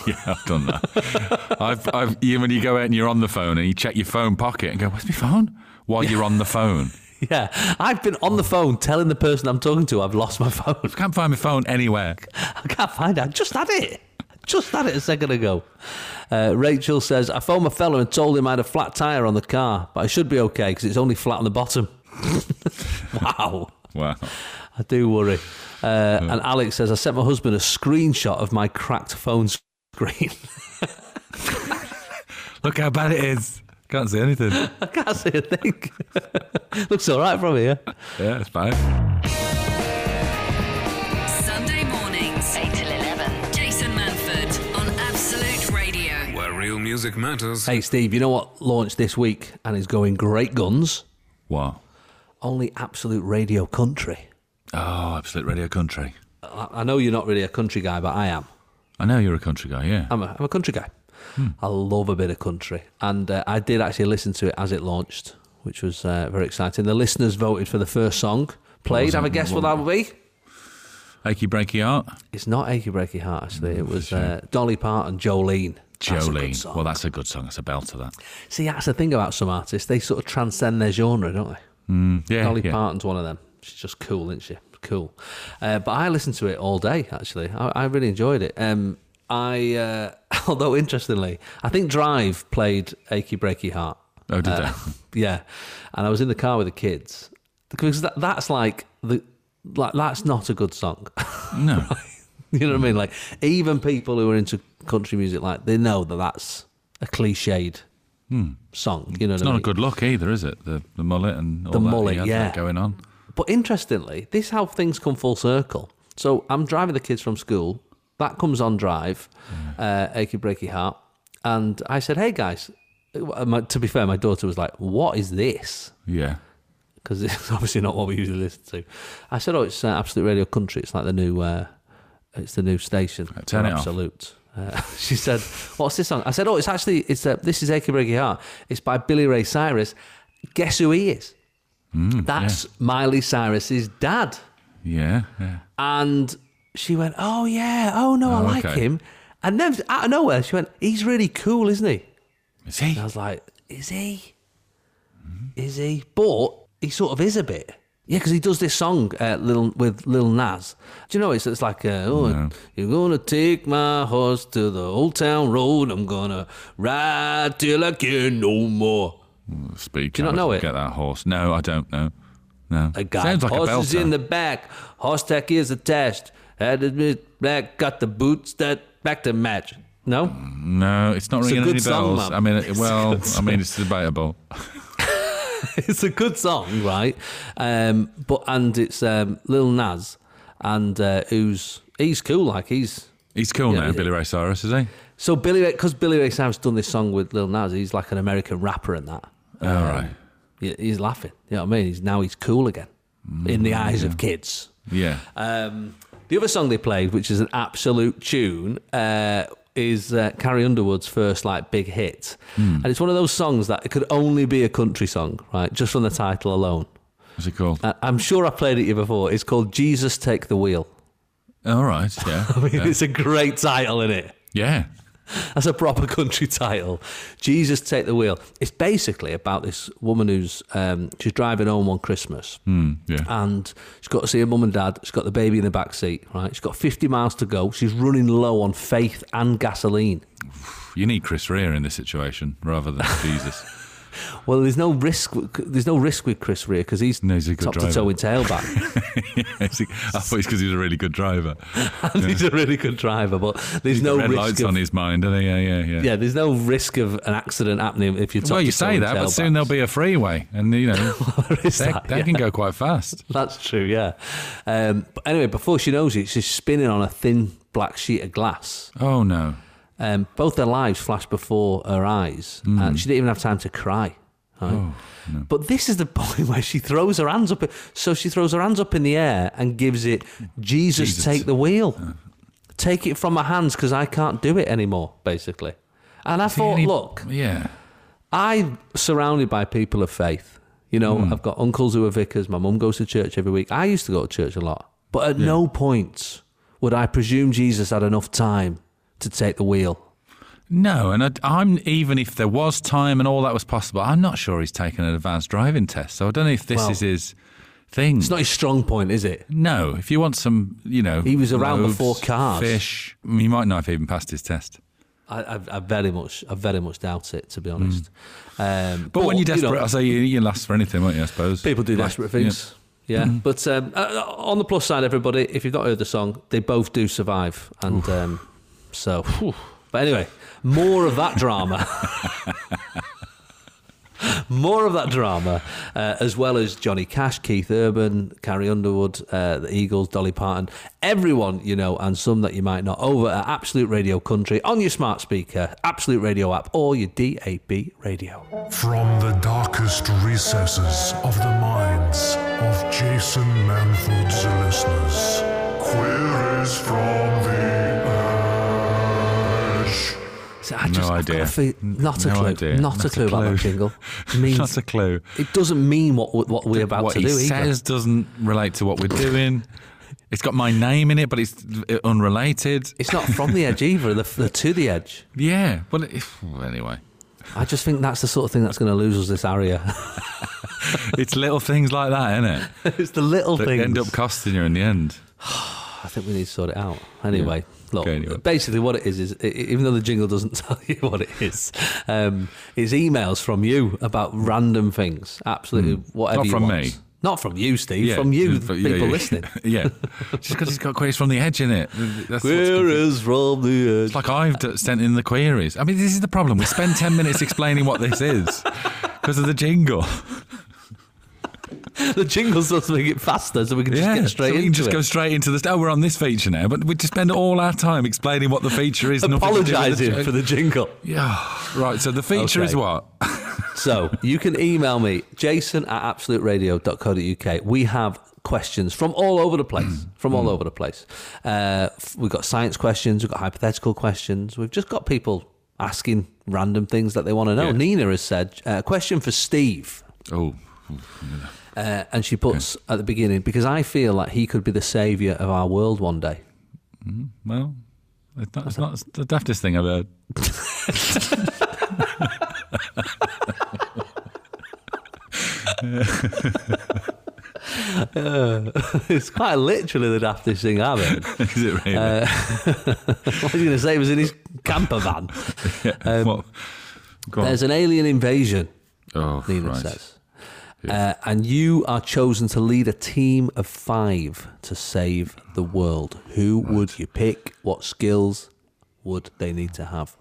Yeah, I've done that. I've, I've, you, when you go out and you're on the phone and you check your phone pocket and go, "Where's my phone?" While you're on the phone,
Yeah, I've been on the phone telling the person I'm talking to I've lost my phone.
I can't find my phone anywhere.
I can't find it. I just had it. I Just had it a second ago. Uh, Rachel says, I phoned my fella and told him I had a flat tyre on the car, but I should be okay because it's only flat on the bottom. wow.
Wow.
I do worry. Uh, And Alex says, I sent my husband a screenshot of my cracked phone screen.
Look how bad it is. Can't see anything.
I can't see a thing. Looks all right from here.
Yeah, it's bad.
Sunday mornings, 8 till 11. Jason Manford on Absolute Radio.
Where real music matters.
Hey, Steve, you know what launched this week and is going great guns?
Wow.
Only Absolute Radio Country.
Oh, absolute radio country.
I I know you're not really a country guy, but I am.
I know you're a country guy, yeah.
I'm a, I'm a country guy. I love a bit of country. And uh, I did actually listen to it as it launched, which was uh, very exciting. The listeners voted for the first song played.
was
Have
it?
a guess what that
What-
would be?
Achy breaky art.
It's not Achy Breaky Heart, actually. It was uh, Dolly Parton, Jolene. That's a good
Mm, Jolene.
song.
well, that's a good song. That's a belter, that.
See, that's the thing about some artists. They sort of transcend their genre, don't they?
Yeah,
Mm. Dolly
yeah.
Parton's one of them. She's just cool, isn't she? Cool. Uh, but I listened to it all day, actually. I, I really enjoyed it. Um, I, uh, although interestingly, I think Drive played Achy Breaky Heart.
Oh, did
Uh,
they?
yeah. And I was in the car with the kids because that, that's like the, like, that's not a good song.
No.
You know what I mean? Like even people who are into country music, like they know that that's a cliched song. You know,
Hmm. It's
what I
not a
mean?
good look either, is it? The, the mullet and all
The
that.
mullet,
he had
yeah.
that going on.
But interestingly, this is how things come full circle. So I'm driving the kids from school. That comes on drive, uh, achy breaky heart, and I said, "Hey guys." Uh, My, to be fair, my daughter was like, "What is this?"
Yeah.
because it's obviously not what we usually listen to. I said, "Oh, it's uh, Absolute Radio Country. It's like the new, uh, it's the new station.
turn
for
it off.
Absolute." Uh, she said, "What's this song?" I said, "Oh, it's actually it's uh, this is Achy Breaky Heart. It's by Billy Ray Cyrus. Guess who he is?
Mm,
That's Miley Cyrus's dad."
Yeah. Yeah.
And she went, "Oh yeah, oh no, I
Oh,
like
okay.
him." And then out of nowhere, she went, "He's really cool, isn't he?"
Is he?
And I was like, is he? Is he? But he sort of is a bit. Yeah, because he does this song uh, Lil, with Lil Nas. Do you know it's, it's like, uh, oh, you're gonna take my horse to the old town road. I'm gonna ride till I can no more.
Speak.
Do you not
out.
know it?
Get that horse. No, I don't know. No.
A guy.
Sounds like a
Horses
belter.
in the back. Horse tack is attached. Had it black. Got the boots that back to match. No.
No, it's not
It's a
ringing
good
any
song,
bells.
man.
I mean,
It's a
well,
good
I mean, it's debatable.
it's a good song, right? Um, but and it's um, Lil Nas, and uh, who's he's cool, like he's
He's cool
Yeah,
now,
yeah.
Billy Ray Cyrus, is he?
so Billy because Billy Ray Cyrus done this song with Lil Nas, he's like an American rapper and that.
All right.
He- He's laughing. You know what I mean? He's now he's cool again in the eyes of kids.
Yeah.
Um, the other song they played, which is an absolute tune, uh, is uh, Carrie Underwood's first like big hit, and it's one of those songs that it could only be a country song, right? Just from the title alone.
What's it called?
I- I'm sure I played it to you before. It's called "Jesus Take the Wheel."
All right. Yeah.
I mean,
yeah.
it's a great title, is it?
yeah.
That's a proper country title. Jesus Take the Wheel. It's basically about this woman who's um, she's driving home one Christmas
Mm, yeah.
and she's got to see her mum and dad. She's got the baby in the back seat, right? She's got 50 miles to go. She's running low on faith and gasoline.
You need Chris Rea in this situation rather than Jesus.
Well, there's no risk. There's no risk with Chris Rea because he's,
No, he's a good
top to
driver.
toe in tailback.
I thought it's because he's a really good driver.
and he's a really good driver, but there's no
Red
risk.
lights
Of,
on his mind, are they? Yeah, yeah, yeah.
yeah, there's no risk of an accident happening if you're top
Well, you
to toe
say
in
that, but
tailbacks.
soon there'll be a freeway, and you know
There is
they,
that,
they
yeah.
can go quite fast.
That's true, yeah. Um, but anyway, before she knows it, she's spinning on a thin black sheet of glass.
Oh no!
Um, both their lives flash before her eyes,
Hmm.
and she didn't even have time to cry. right?
Oh,
But this is the point where she throws her hands up. So she throws her hands up in the air and gives it, Jesus,
Jesus.
take the wheel. Take it from my hands because I can't do it anymore, basically. And I thought,
Any-
look,
yeah,
I'm surrounded by people of faith. You know,
Hmm.
I've got uncles who are vicars. My mum goes to church every week. I used to go to church a lot, but at no point would I presume Jesus had enough time to take the wheel.
no, and I, I'm even if there was time and all that was possible, I'm not sure he's taken an advanced driving test. So I don't know if this
Well,
is his thing.
It's not his strong point, is it?
no, if you want some, you know,
He was around
loaves,
before cars.
Fish. He might not have even passed his test.
I, I, I very much, I very much doubt it, to be honest. Um,
Hmm. But when you're
you
desperate,
know,
I say you, you last for anything, won't you? I suppose
people do
Like,
desperate things. Yeah, but um, uh, on the plus side, everybody, if you've not heard the song, they both do survive, and um, so. whew. But anyway, more of that drama. More of that drama, uh, as well as Johnny Cash, Keith Urban, Carrie Underwood, uh, the Eagles, Dolly Parton, everyone you know, and some that you might not, over at Absolute Radio Country on your smart speaker, Absolute Radio app, or your DAB radio.
From the darkest recesses of the minds of Jason Manford's listeners, queries from the ash.
So I just,
No
I've got a
idea.
fe- not a
No
clue.
idea.
Not,
Not
a
a
clue about that
clue.
jingle. It means
Not a clue.
It doesn't mean what what we're about
what
to
he
do. either.
says doesn't relate to what we're doing. it's got my name in it, but it's unrelated.
It's not from the edge either. The, the to the edge.
Yeah, well, it, well, anyway,
I just think that's the sort of thing that's going to lose us this area.
it's little things like that, isn't it?
it's the little
That
things.
end up costing you in the end.
I think we need to sort it out. Anyway, look.
Okay, anyway.
Basically, what it is is i- i- even though the jingle doesn't tell you what it is, um, is emails from you about random things. Absolutely, whatever.
Hmm. Not
you
from
want.
me.
Not from you, Steve. From you,
for-
people
yeah, yeah.
listening.
yeah, just because it's got queries from the edge in it. That's what's confusing.
Queries from the edge.
It's like I've d- sent in the queries. I mean, this is the problem. We spend ten minutes explaining what this is because of the jingle.
the jingles does make it faster, so we can just
Yeah,
get straight
so we
into
can just
it.
go straight into this. Oh, we're on this feature now, but we just spend all our time explaining what the feature is. nothing to do with
Apologising
the-
for the jingle.
Yeah. Right. So the feature
Okay.
is what?
So you can email me, jason at absoluteradio.co.uk. We have questions from all over the
Mm.
place. from all over the place. Uh, f- we've got science questions, we've got hypothetical questions, we've just got people asking random things that they want to know.
Yeah.
Nina has said, uh, question for Steve.
Oh.
Uh, and she puts at the beginning, because I feel like he could be the saviour of our world one day.
Well, it's not, it's not the daftest thing I've heard.
it's quite literally the daftest thing I've heard.
Is it really?
Uh, What was he going to say? He was in his camper van.
What? Go on.
um, There's an alien invasion,
Oh,
Nina
right.
says. Uh, and you are chosen to lead a team of five to save the world. Who would you pick? What skills would they need to have?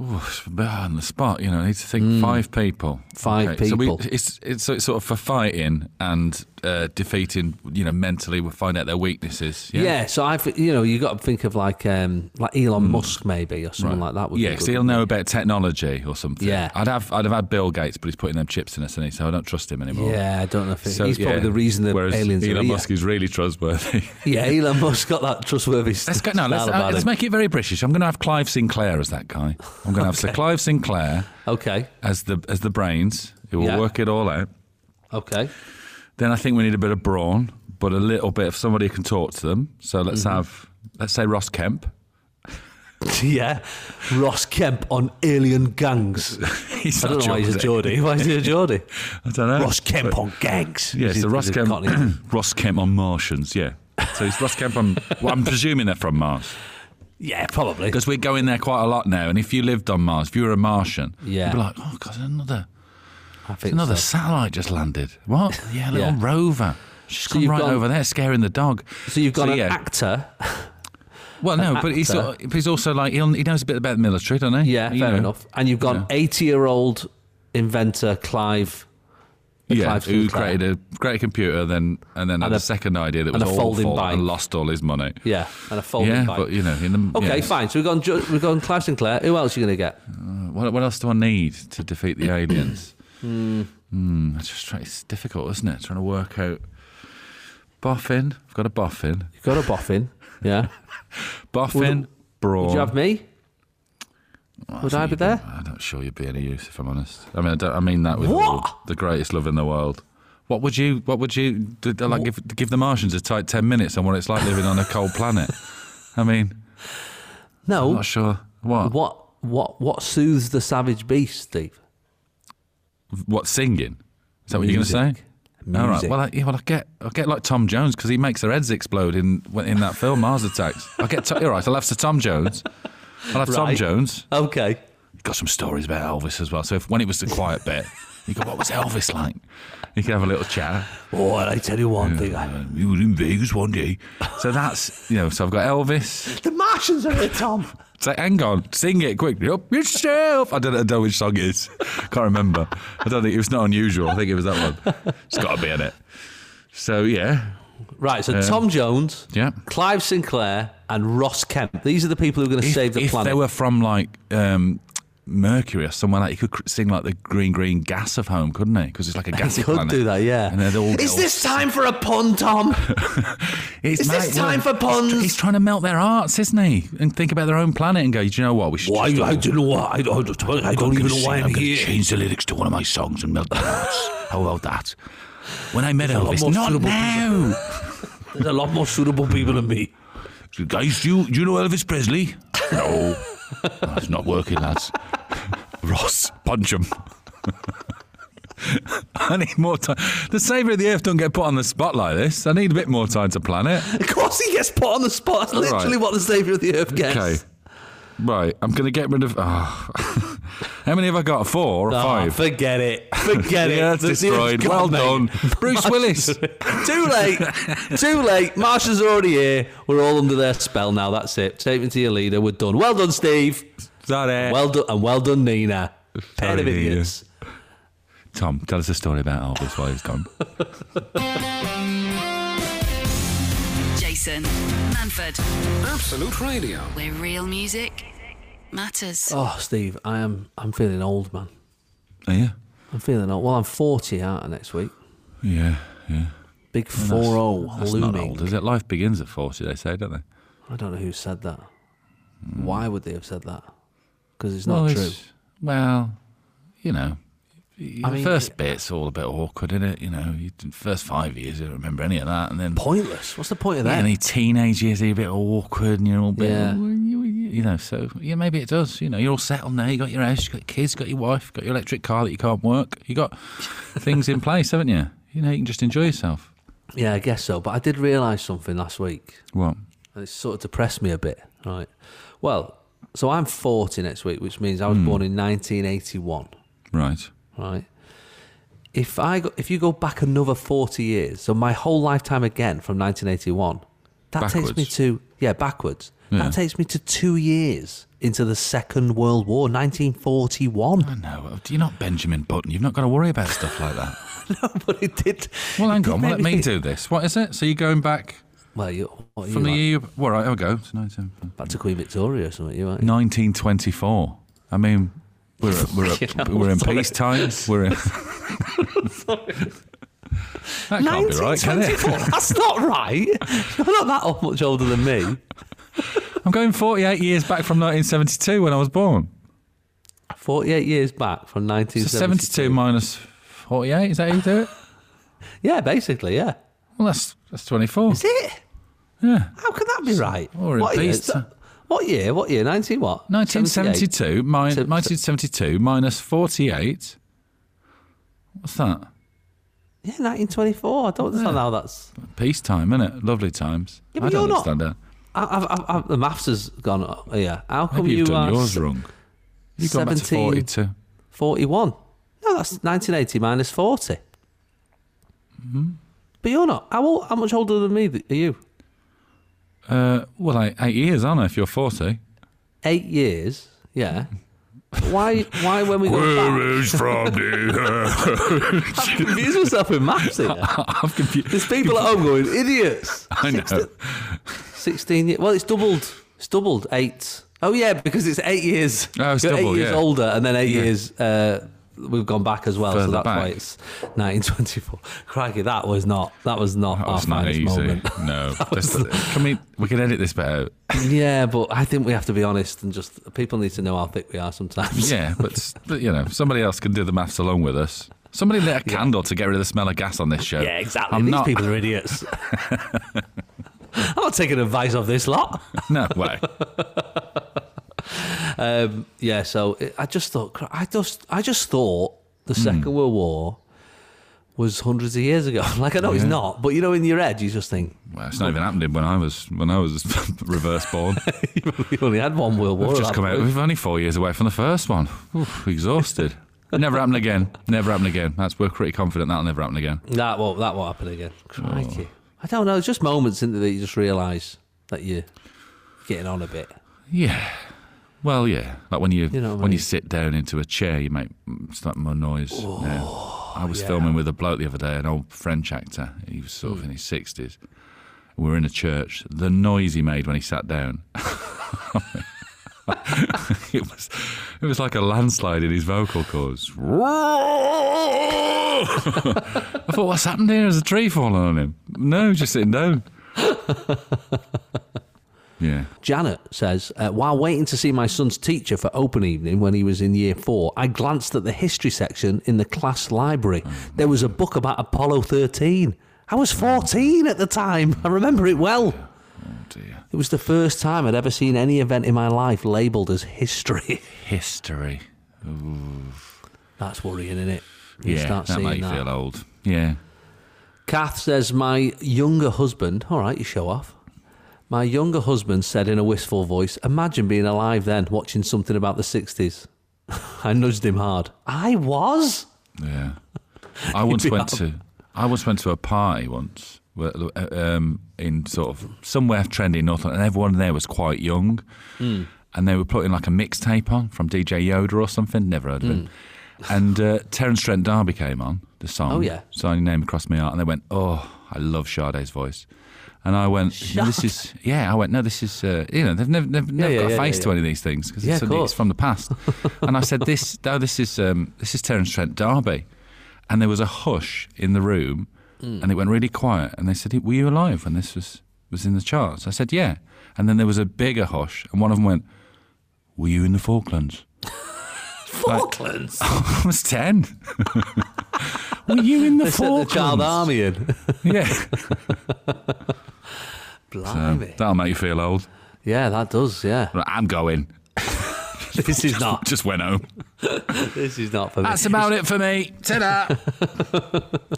Ooh, on the spot, you know, I need to think five people.
Hmm. Five
So, we,
people.
it's, it's, so it's sort of for fighting and uh, defeating, you know, mentally, we'll find out their weaknesses.
Yeah.
Yeah.
so I, thi- you know, you got to think of like, um, like Elon Musk maybe or someone like that. Would
Hmm. Yeah,
be
'cause
good.
he'll know about technology or something.
Yeah.
I'd have I'd have had Bill Gates, but he's putting them chips in us, and he so I don't trust him anymore.
Yeah, I don't know if it,
So,
he's probably
yeah.
the reason that
Whereas
aliens are
Elon
here.
Musk is really trustworthy.
Yeah, Elon Musk got that trustworthy.
Let's go. No, let's,
style about
uh, let's
him.
make it very British. I'm going to have Clive Sinclair as that guy. I'm going to have Sir Clive Sinclair
Okay,
as the as the brains who will
Yeah.
work it all out.
okay,
Then I think we need a bit of brawn, but a little bit of somebody who can talk to them. So let's
Mm-hmm.
have let's say Ross Kemp.
yeah. Ross Kemp on alien gangs.
He's
I don't
not
know why he's a
Geordie.
Geordie. Why is he a Geordie?
I don't know.
Ross Kemp on gangs.
Yeah,
Is he-
so Ross
is he a Cockney?
Kemp, Ross Kemp on Martians, yeah. So it's Ross Kemp on, well, I'm presuming they're from Mars.
yeah, probably.
Because we go in there quite a lot now, and if you lived on Mars, if you were a Martian,
Yeah.
you'd be like, oh, God, another,
I think
another
so.
satellite just landed. What? Yeah, a little
Yeah.
rover. She's gone
you've
right
gone-
over there, scaring the dog.
So you've got an
yeah.
actor.
Well, no, but he's,
actor.
sort of- he's also like, he'll, he knows a bit about the military, doesn't he?
Yeah, fair
You know.
enough. And you've got an 80 year old inventor, Clive. the
Yeah,
Clive
who
Sinclair.
created a great computer, then and then had
And
a,
a-
second idea that
and
was
a folding
awful
bike.
and lost all his money.
Yeah, and a folding
Yeah,
bike.
but you know, in the
okay,
yeah.
fine. So we've gone, Ju- we've gone Clive Sinclair. Who else are you going to get?
What, what else do I need to defeat the aliens? Hmm. I just try, it's difficult, isn't it? Trying to work out. Boffin. I've got a boffin.
You've got a boffin. Yeah.
Boffin.
Would-
Brawn.
Would you have me?
Well,
would
think
I be
you'd
there?
I'm not sure you'd be any use if I'm honest. I mean, I, don't, I mean that with
What?
all the greatest love in the world. What would you? What would you? do- do, Like give give the Martians a tight ten minutes on what it's like living on a cold planet. I mean, I'm
No.
not sure. What? What,
What what what soothes the savage beast, Steve?
singing? Is that what you're going
Music.
to say? All right.
Music.
Well, I, yeah, well, I get, I get like Tom Jones because he makes their heads explode in when- in that film Mars Attacks. I get. To, all right. I'll have Sir Tom Jones. I'll have Tom
Right.
Jones.
Okay.
He's got some stories about Elvis as well. So if, when it was the quiet bit, you go, "What was Elvis like?" You can have a little chat.
Oh, and I tell you one thing. I-
Uh, we were in Vegas one day. So that's you know. So I've got Elvis.
the Martians are here, Tom.
It's like, hang on, sing it quick. Up yourself. I don't I don't know which song it is. Can't remember. I don't think it was not unusual. I think it was that one. It's got to be in it. So yeah,
Right, so Tom Jones,
yeah.
Clive Sinclair, and Ross Kemp. These are the people who are going to
if,
save the
if
planet.
they were from like um, Mercury or somewhere like, you could cr- sing like the green green gas of home, couldn't they? Because it's like a gassy
could
planet.
do that, yeah.
And they'd all
Is
go,
this time for a pun, Tom?
It's
is this
mate,
time for
he's tr-
puns?
He's, trying to melt their hearts, isn't he? And think about their own planet and go, do you know what? We should.
Why?
just all-
I don't know why. I don't, I don't even know why I'm here.
change the lyrics to one of my songs and melt their hearts. How about that? When I met
a lot more suitable
now.
There's a lot more suitable people than me.
Guys, do you, do you know Elvis Presley? No. "Oh, it's not working, lads. Ross, punch him. I need more time. The Saviour of the Earth don't get put on the spot like this. I need a bit more time to plan it.
Of course, he gets put on the spot. That's
Right.
literally what the Savior of the Earth gets.
Okay. Right, I'm going to get rid of. ah. How many have I got? Four or
Oh,
five?
forget it. Forget
The
it.
Earth's
The Earth's
destroyed. Well
gone,
done. Bruce Willis.
Too late. Too late. Martians are already here. We're all under their spell now. That's it. Statement to your leader. We're done. Well done, Steve.
Is that it?
Well done. And well done, Nina. Pair
Eh. Sorry,
of
Nina.
idiots.
Tom, tell us a story about Elvis while he's gone.
Jason Manford,
Absolute Radio.
where real music matters.
Oh, Steve, I am. I'm feeling old, man.
Oh, yeah.
I'm feeling old. Well, I'm 40 out next week.
Yeah, yeah.
Big 4 0
That's
looming.
not old, is it? Life begins at 40, they say, don't they?
I don't know who said that. Why would they have said that? Because it's not
Hmm. Well,
true.
it's- Well, you know, the
mean-
first bit's all a bit awkward, isn't it? You know, you, the first five years, you don't remember any of that. And then
Pointless. What's the point of
yeah,
that?
any teenage years, you're a bit awkward and you're all a bit, "Oh,
Yeah.
you know, so yeah, maybe it does. You know, you're all settled now. You got your house, you got your kids, got your wife, got your electric car that you can't work. You got things in place, haven't you? You know, you can just enjoy yourself.
Yeah, I guess so. But I did realise something last week,
What?
and it sort of depressed me a bit. Right. Well, so I'm 40 next week, which means I
Hmm.
was born in 1981.
Right.
Right. If I go, if you go back another 40 years, so my whole lifetime again from 1981, that takes me
Backwards.
to Yeah, backwards.
Yeah.
That takes me to two years into the Second World War, 1941.
No, you're not Benjamin Button. You've not got to worry about stuff like that.
no, but it did.
Well,
it
hang
did
on. Well,
make
let me do this. What is it? So you're going back
Well, you, what are
from the
you like?
EU? Well, right, I'll go. It's 19...
back to Queen Victoria or something. You like?
1924. I mean, we're we're
Yeah,
we're in
sorry.
peace time. We're in. That can't be right, can it?
1924. That's not right. You're not that much older than me.
I'm going 48 years back from 1972 when I was born.
48 years back from
So
1972.
72 minus 48, is that how you do it?
Yeah, basically, yeah.
Well, that's that's 24.
Is it?
Yeah.
How could that be right?
Or at
what, year?
least-
what year? What year? 19 what? 78?
1972, mi-
Se- se-
1972 minus 48. What's that?
Yeah, 1924. I don't understand how that's.
Peacetime, isn't it? Lovely times.
Yeah,
I
but
don't
you're not-
understand that.
I, I've, I've, I've, the maths has gone up here. How come
Maybe you've
you
done
are
yours
s-
wrong. You've gone back to
17.
42.
41? No, that's 1980 minus 40.
Mm-hmm.
But you're not. How, old, how much older than me th- are you?
Uh, well, like eight years, aren't I? If you're 40.
Eight years. Yeah. Why? Why when we go back?
is from the
I've confused myself with maths here. There's
I've confused.
people at home going idiots.
I know.
16 years. Well, it's doubled. It's doubled. Eight. Oh, yeah, because it's eight years.
Oh, it's
You're
double,
eight years
yeah.
older, and then eight years uh, we've gone back as well. so
Further
that's why
back.
it's 1924. Crikey, that was not. That was not
That
our
was not
finest
easy.
moment.
No.
was-
Just- can we? We can edit this bit out.
yeah, but I think we have to be honest and just people need to know how thick we are sometimes.
Yeah, but, but, you know, somebody else can do the maths along with us. Somebody lit a candle to get rid of the smell of gas on this show.
Yeah, exactly.
I'm
These
not.
people are idiots. I'm not taking advice off this lot.
No way.
Um, yeah, so it, I just thought cri- I just I just thought the
Hmm.
Second World War was hundreds of years ago. Like I know it's
Yeah.
not, but you know, in your head, you just think
Well, it's not even happening when I was when I was reverse born.
you only had one World War.
We've
at
just
that
come out.
point.
We're only four years away from the first one. Oof, exhausted. never happen again. Never happen again. That's we're pretty confident that'll never happen again.
That won't that won't happen again. Crikey,
Oh.
I don't know. It's just moments in that you just realise that you're getting on a bit.
Yeah. Well, yeah. Like when you,
You know what I
when
mean. Oh,
you sit down into a chair, you make slightly more noise. now. I was filming with a bloke the other day, an old French actor. He was
Hmm.
sort of in his sixties. We were in a church. The noise he made when he sat down. it was, it was like a landslide in his vocal cords. I thought, what's happened here? Has a tree fallen on him? No, he's just sitting down. yeah. Oh,
Janet says, uh, while waiting to see my son's teacher for open evening when he was in year four, I glanced at the history section in the class library. There was a book about Apollo 13. I was 14 at the time. I remember it well.
Oh dear.
It was the first time I'd ever seen any event in my life labelled as history.
History.
That's worrying, isn't it? You start
that
seeing
make you
that.
feel old. Yeah.
Kath says, My younger husband, all right, you show off. My younger husband said in a wistful voice, Imagine being alive then, watching something about the 60s. I nudged him hard. I was?
Yeah. I once
be
went
up.
to I once went to a party once where, uh, um, in sort of somewhere trendy in North London, and everyone there was quite young,
Hmm.
and they were putting like a mixtape on from DJ Yoda or something. Never heard of him. And uh, Terence Trent D'Arby came on the song.
Hmm. Oh, yeah.
Sign your name across my heart, and they went, "Oh, I love Sade's voice." And I went, "No, "This is yeah." I went, "No, this is uh, you know they've never they've never
yeah,
got
yeah,
a face
yeah,
to any of these things because
Yeah,
it's,
of
it's
course.
from the past. and I said, "This, no, this is um, this is Terence Trent D'Arby," and there was a hush in the room,
Hmm.
and it went really quiet. And they said, "Were you alive when this was was in the charts?" I said, "Yeah," and then there was a bigger hush, and one of them went, "Were you in the Falklands?"
Falklands?
I was ten. Were you in the
They sent the
Falklands?
child army in.
Yeah,
Blimey.
that'll make you feel old.
yeah, that does, yeah.
Right, I'm going.
This is not,
Just went home.
this is not for me.
That's about it for me. Ta-da.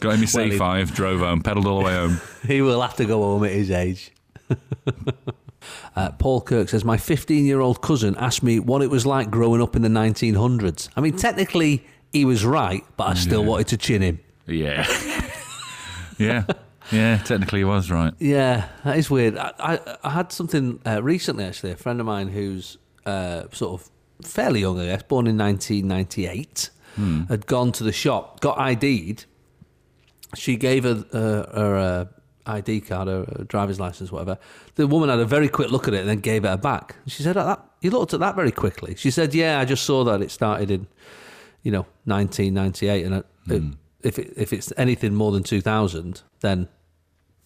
Got in my C5, drove home, pedalled all the way home.
He will have to go home at his age. uh, Paul Kirk says, My 15 year old cousin asked me what it was like growing up in the 1900s. I mean, technically, he was right, but I still wanted to chin him.
Yeah. yeah. Yeah, technically he was right.
Yeah, that is weird. I, I, I had something uh, recently, actually, a friend of mine who's uh, sort of fairly young, I guess, born in 1998, had gone to the shop, got ID'd. She gave her, uh, her uh, ID card, her, her driver's license, whatever. The woman had a very quick look at it and then gave it her back. She said, "Oh, that, You looked at that very quickly. She said, Yeah, I just saw that it started in, you know, 1998. And I,
Hmm.
it, if, it, if it's anything more than 2000, then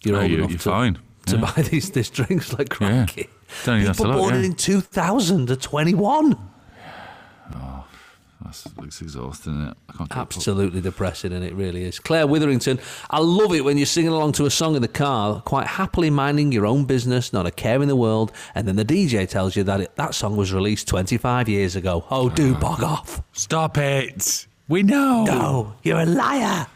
you're
Oh,
old
you-
enough
you're
to,
fine.
to
Yeah.
buy these, these drinks like
Yeah.
cracky.
Don't even have to
People
look,
born
yeah.
in 2000 are 21.
That's, looks exhausting, isn't it? I can't keep up.
Absolutely depressing, and it really is. Claire Witherington, I love it when you're singing along to a song in the car, quite happily minding your own business, not a care in the world, and then the DJ tells you that it, that song was released 25 years ago. Oh, do bog off.
Stop it! We know.
No, you're a liar.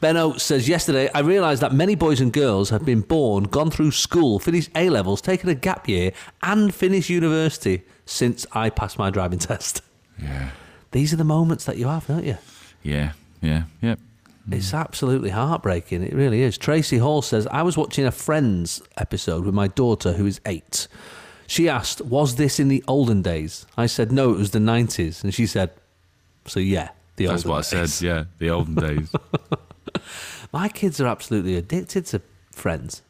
Benno says, yesterday I realised that many boys and girls have been born, gone through school, finished A levels, taken a gap year, and finished university since I passed my driving test.
Yeah,
These are the moments that you have, don't you?
yeah, yeah, yeah.
It's
Hmm.
absolutely heartbreaking. It really is. Tracy Hall says, I was watching a Friends episode with my daughter, who is eight. She asked, Was this in the olden days? I said, No, it was the 90s. And she said, So yeah, the
That's
olden
what I
days.
said. Yeah, the olden days.
My kids are absolutely addicted to Friends.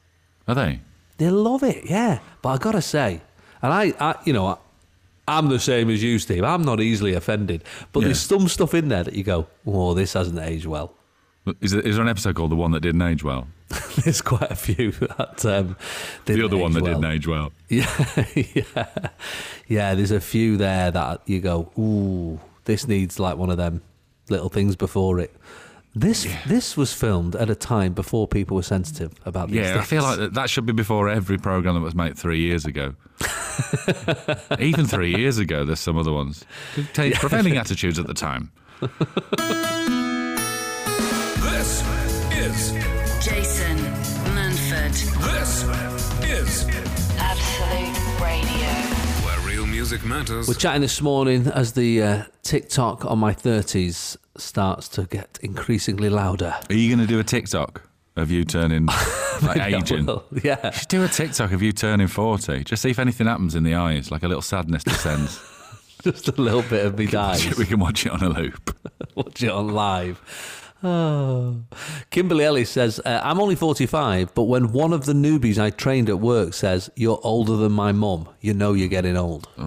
Are they?
They love it, yeah. But I gotta say, and I, I you know, I, I'm the same as you, Steve. I'm not easily offended, but
Yeah.
there's some stuff in there that you go, "Oh, this hasn't aged well."
Is there, is there an episode called "The One That Didn't Age Well"?
there's quite a few that um,
The
didn't
other one
age
that
well.
didn't age well.
Yeah, yeah, yeah. There's a few there that you go, "Ooh, this needs like one of them little things before it." This this was filmed at a time before people were sensitive about these
Yeah, I feel
things.
like that, that should be before every program that was made three years ago. Even three years ago, there's some other ones. Contains prevailing attitudes at the time.
This is
Jason Manford,
this is
Absolute Radio.
where real music matters.
We're chatting this morning as the uh, TikTok on my 30s starts to get increasingly louder.
Are you going to do a TikTok of you turning like aging?
Well, yeah.
Just do a TikTok of you turning 40. Just see if anything happens in the eyes, like a little sadness descends.
Just a little bit of me dies.
we can watch it on a loop.
Watch it on live. Oh. Kimberly Ellis says, uh, I'm only 45, but when one of the newbies I trained at work says, You're older than my mum, you know you're getting old. It's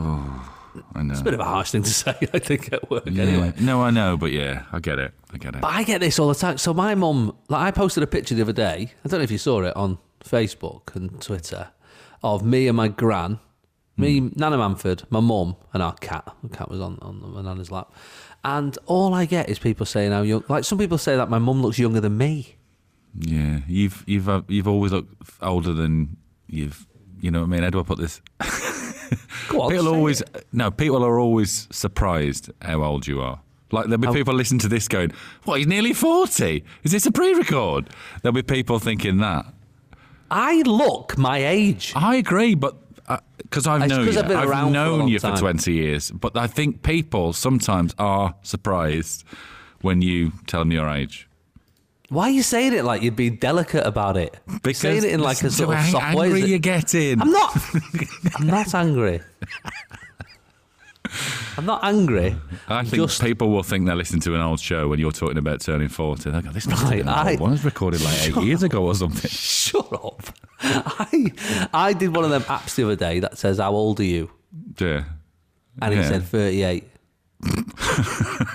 I know.
a bit of a harsh thing to say, I think, at work,
Yeah.
anyway.
No, I know, but yeah, I get it. I get it.
But I get this all the time. So my mum, like, I posted a picture the other day. I don't know if you saw it on Facebook and Twitter of me and my gran, me,
Hmm.
Nana Manford, my mum, and our cat. The cat was on on my nana's lap, and all I get is people saying how young. Like some people say that my mum looks younger than me.
Yeah, you've you've uh, you've always looked f- older than you've. You know what I mean? How do I put this?
Go on,
people
say
always
it.
no. People are always surprised how old you are. Like there'll be
Oh.
people listening to this going, "What? He's nearly forty. Is this a pre-record?" There'll be people thinking that.
I look my age.
I agree, but because I've
It's
known
'cause
you,
I've been around for a
I've known
long
you
time.
for twenty years, but I think people sometimes are surprised when you tell them your age.
Why are you saying it like you'd be delicate about it?
Because
saying it in like a
listen to
sort of
how
soft way.
angry
is it-
you're getting.
I'm not. I'm not angry. I'm not angry.
I think
Just-
people will think they're listening to an old show when you're talking about turning 40. They go, this must
Right,
have been an
I-
old one. It was recorded like eight years ago or something.
Shut up. I I did one of them apps the other day that says how old are you,
Yeah.
and it
Yeah.
said 38.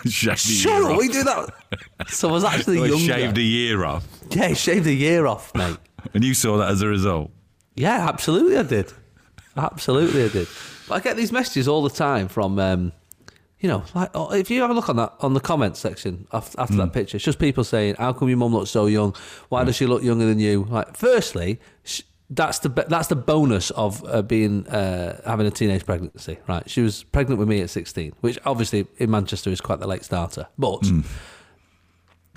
shaved
Shut
a year
up. We
off.
do that. So I was actually
Well,
younger.
shaved a year off.
yeah, shave the year off, mate.
And you saw that as a result.
Yeah, absolutely, I did. Absolutely, I did. But I get these messages all the time from, um, you know, like oh, if you have a look on that on the comments section after, after that picture, it's just people saying, "How come your mum looks so young? Why does she look younger than you?" Like, firstly, sh- that's the be- that's the bonus of uh, being uh, having a teenage pregnancy, right? She was pregnant with me at sixteen, which obviously in Manchester is quite the late starter, but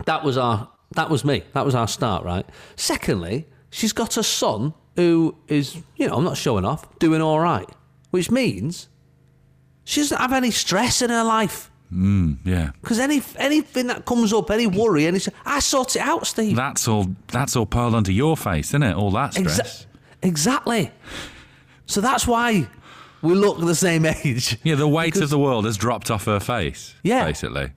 that was our that was me that was our start right secondly she's got a son who is you know i'm not showing off doing all right which means she doesn't have any stress in her life
Yeah.
Because any anything that comes up, any worry, any I sort it out, Steve.
That's all. That's all piled onto your face, isn't it? All that stress.
Exa- exactly. So that's why we look the same age.
Yeah, the weight of the world has dropped off her face.
Yeah.
Basically.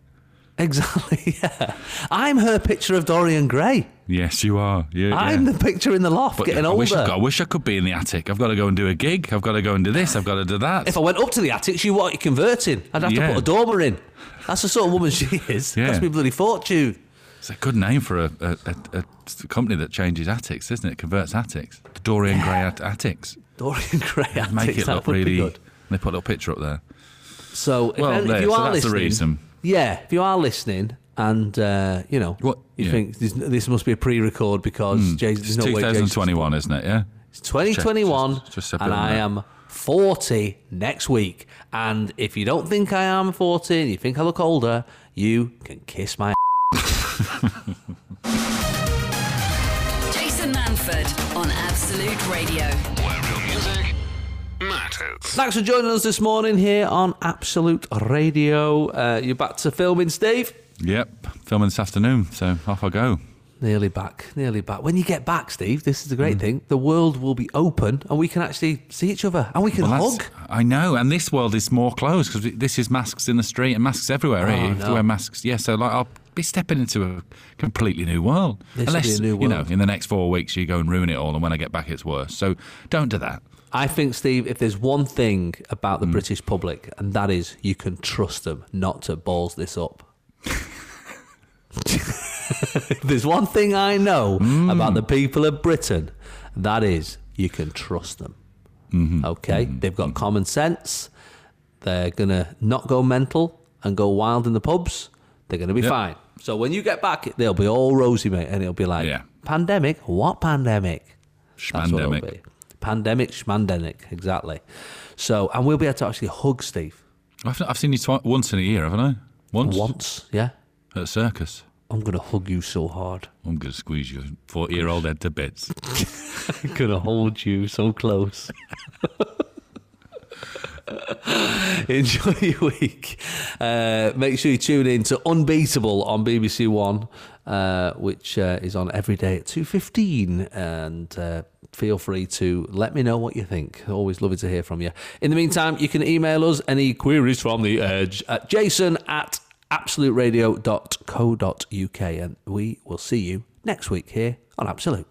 Exactly. Yeah. I'm her picture of Dorian Gray.
Yes, you are. Yeah.
I'm
yeah.
the picture in the loft
But
getting
I
older.
Wish I, could, I wish I could be in the attic. I've got to go and do a gig. I've got to go and do this. I've got to do that.
if I went up to the attic, she wanted converting. I'd have
Yeah.
to put a dormer in. That's the sort of woman she is.
Yeah.
That's my bloody fortune.
It's a good name for a, a, a, a s- company that changes attics, isn't it? Converts attics. The Dorian Gray at- Attics.
Dorian Gray attic.
Make it
that
look
would be
really.
good.
They put a little picture up there.
So if,
Well,
any- if
there,
you
so
are
that's the
listening,
reason.
yeah, if you are listening, and uh, you know,
What-
you
yeah. Hmm.
think this, this must be a pre-record because Jason,
It's
there's no way Jason
2021, isn't it? Yeah.
It's 2021,
Just- just separate
and
them
I
out.
am 40 next week. And if you don't think I am 40 and you think I look older, you can kiss my.
Jason Manford on Absolute Radio.
Where real music matters.
Thanks for joining us this morning here on Absolute Radio. Uh, you're back to filming, Steve.
Yep. Filming this afternoon, so off I go.
Nearly back, nearly back. When you get back, Steve, this is the
Hmm.
great thing. The world will be open, and we can actually see each other, and we can
Well,
hug.
that's- I know, and this world is more closed because this is masks in the street and masks everywhere. eh?
Oh,
You have
no.
to wear masks. Yeah, so like I'll be stepping into a completely new world.
This will be
Unless
a new
you know,
world.
in the next four weeks you go and ruin it all, and when I get back, it's worse. So don't do that.
I think, Steve, if there's one thing about
Hmm.
the British public, and that is you can trust them not to balls this up. if there's one thing I know
Hmm.
about the people of Britain, that is you can trust them.
Mm-hmm.
Okay? They've got common sense. They're going to not go mental and go wild in the pubs. They're going to be
Yep.
fine. So when you get back, they'll be all rosy, mate, and it'll be like,
Yeah.
pandemic? What pandemic? That's what it'll
Pandemic.
be. Pandemic, schmandemic, exactly. So, and we'll be able to actually hug Steve
I've, I've seen you twi- once in a year, haven't I? Once,
once. Yeah,
at a circus.
I'm gonna hug you so hard.
I'm going to squeeze your 40 year old head to bits.
I'm gonna hold you so close. Enjoy your week. Uh, make sure you tune in to Unbeatable on BBC One, uh, which uh, is on every day at two fifteen. And uh, feel free to let me know what you think. Always lovely to hear from you. In the meantime, you can email us any queries from the Edge at Jason at absoluteradio.co.uk, and we will see you next week here on Absolute.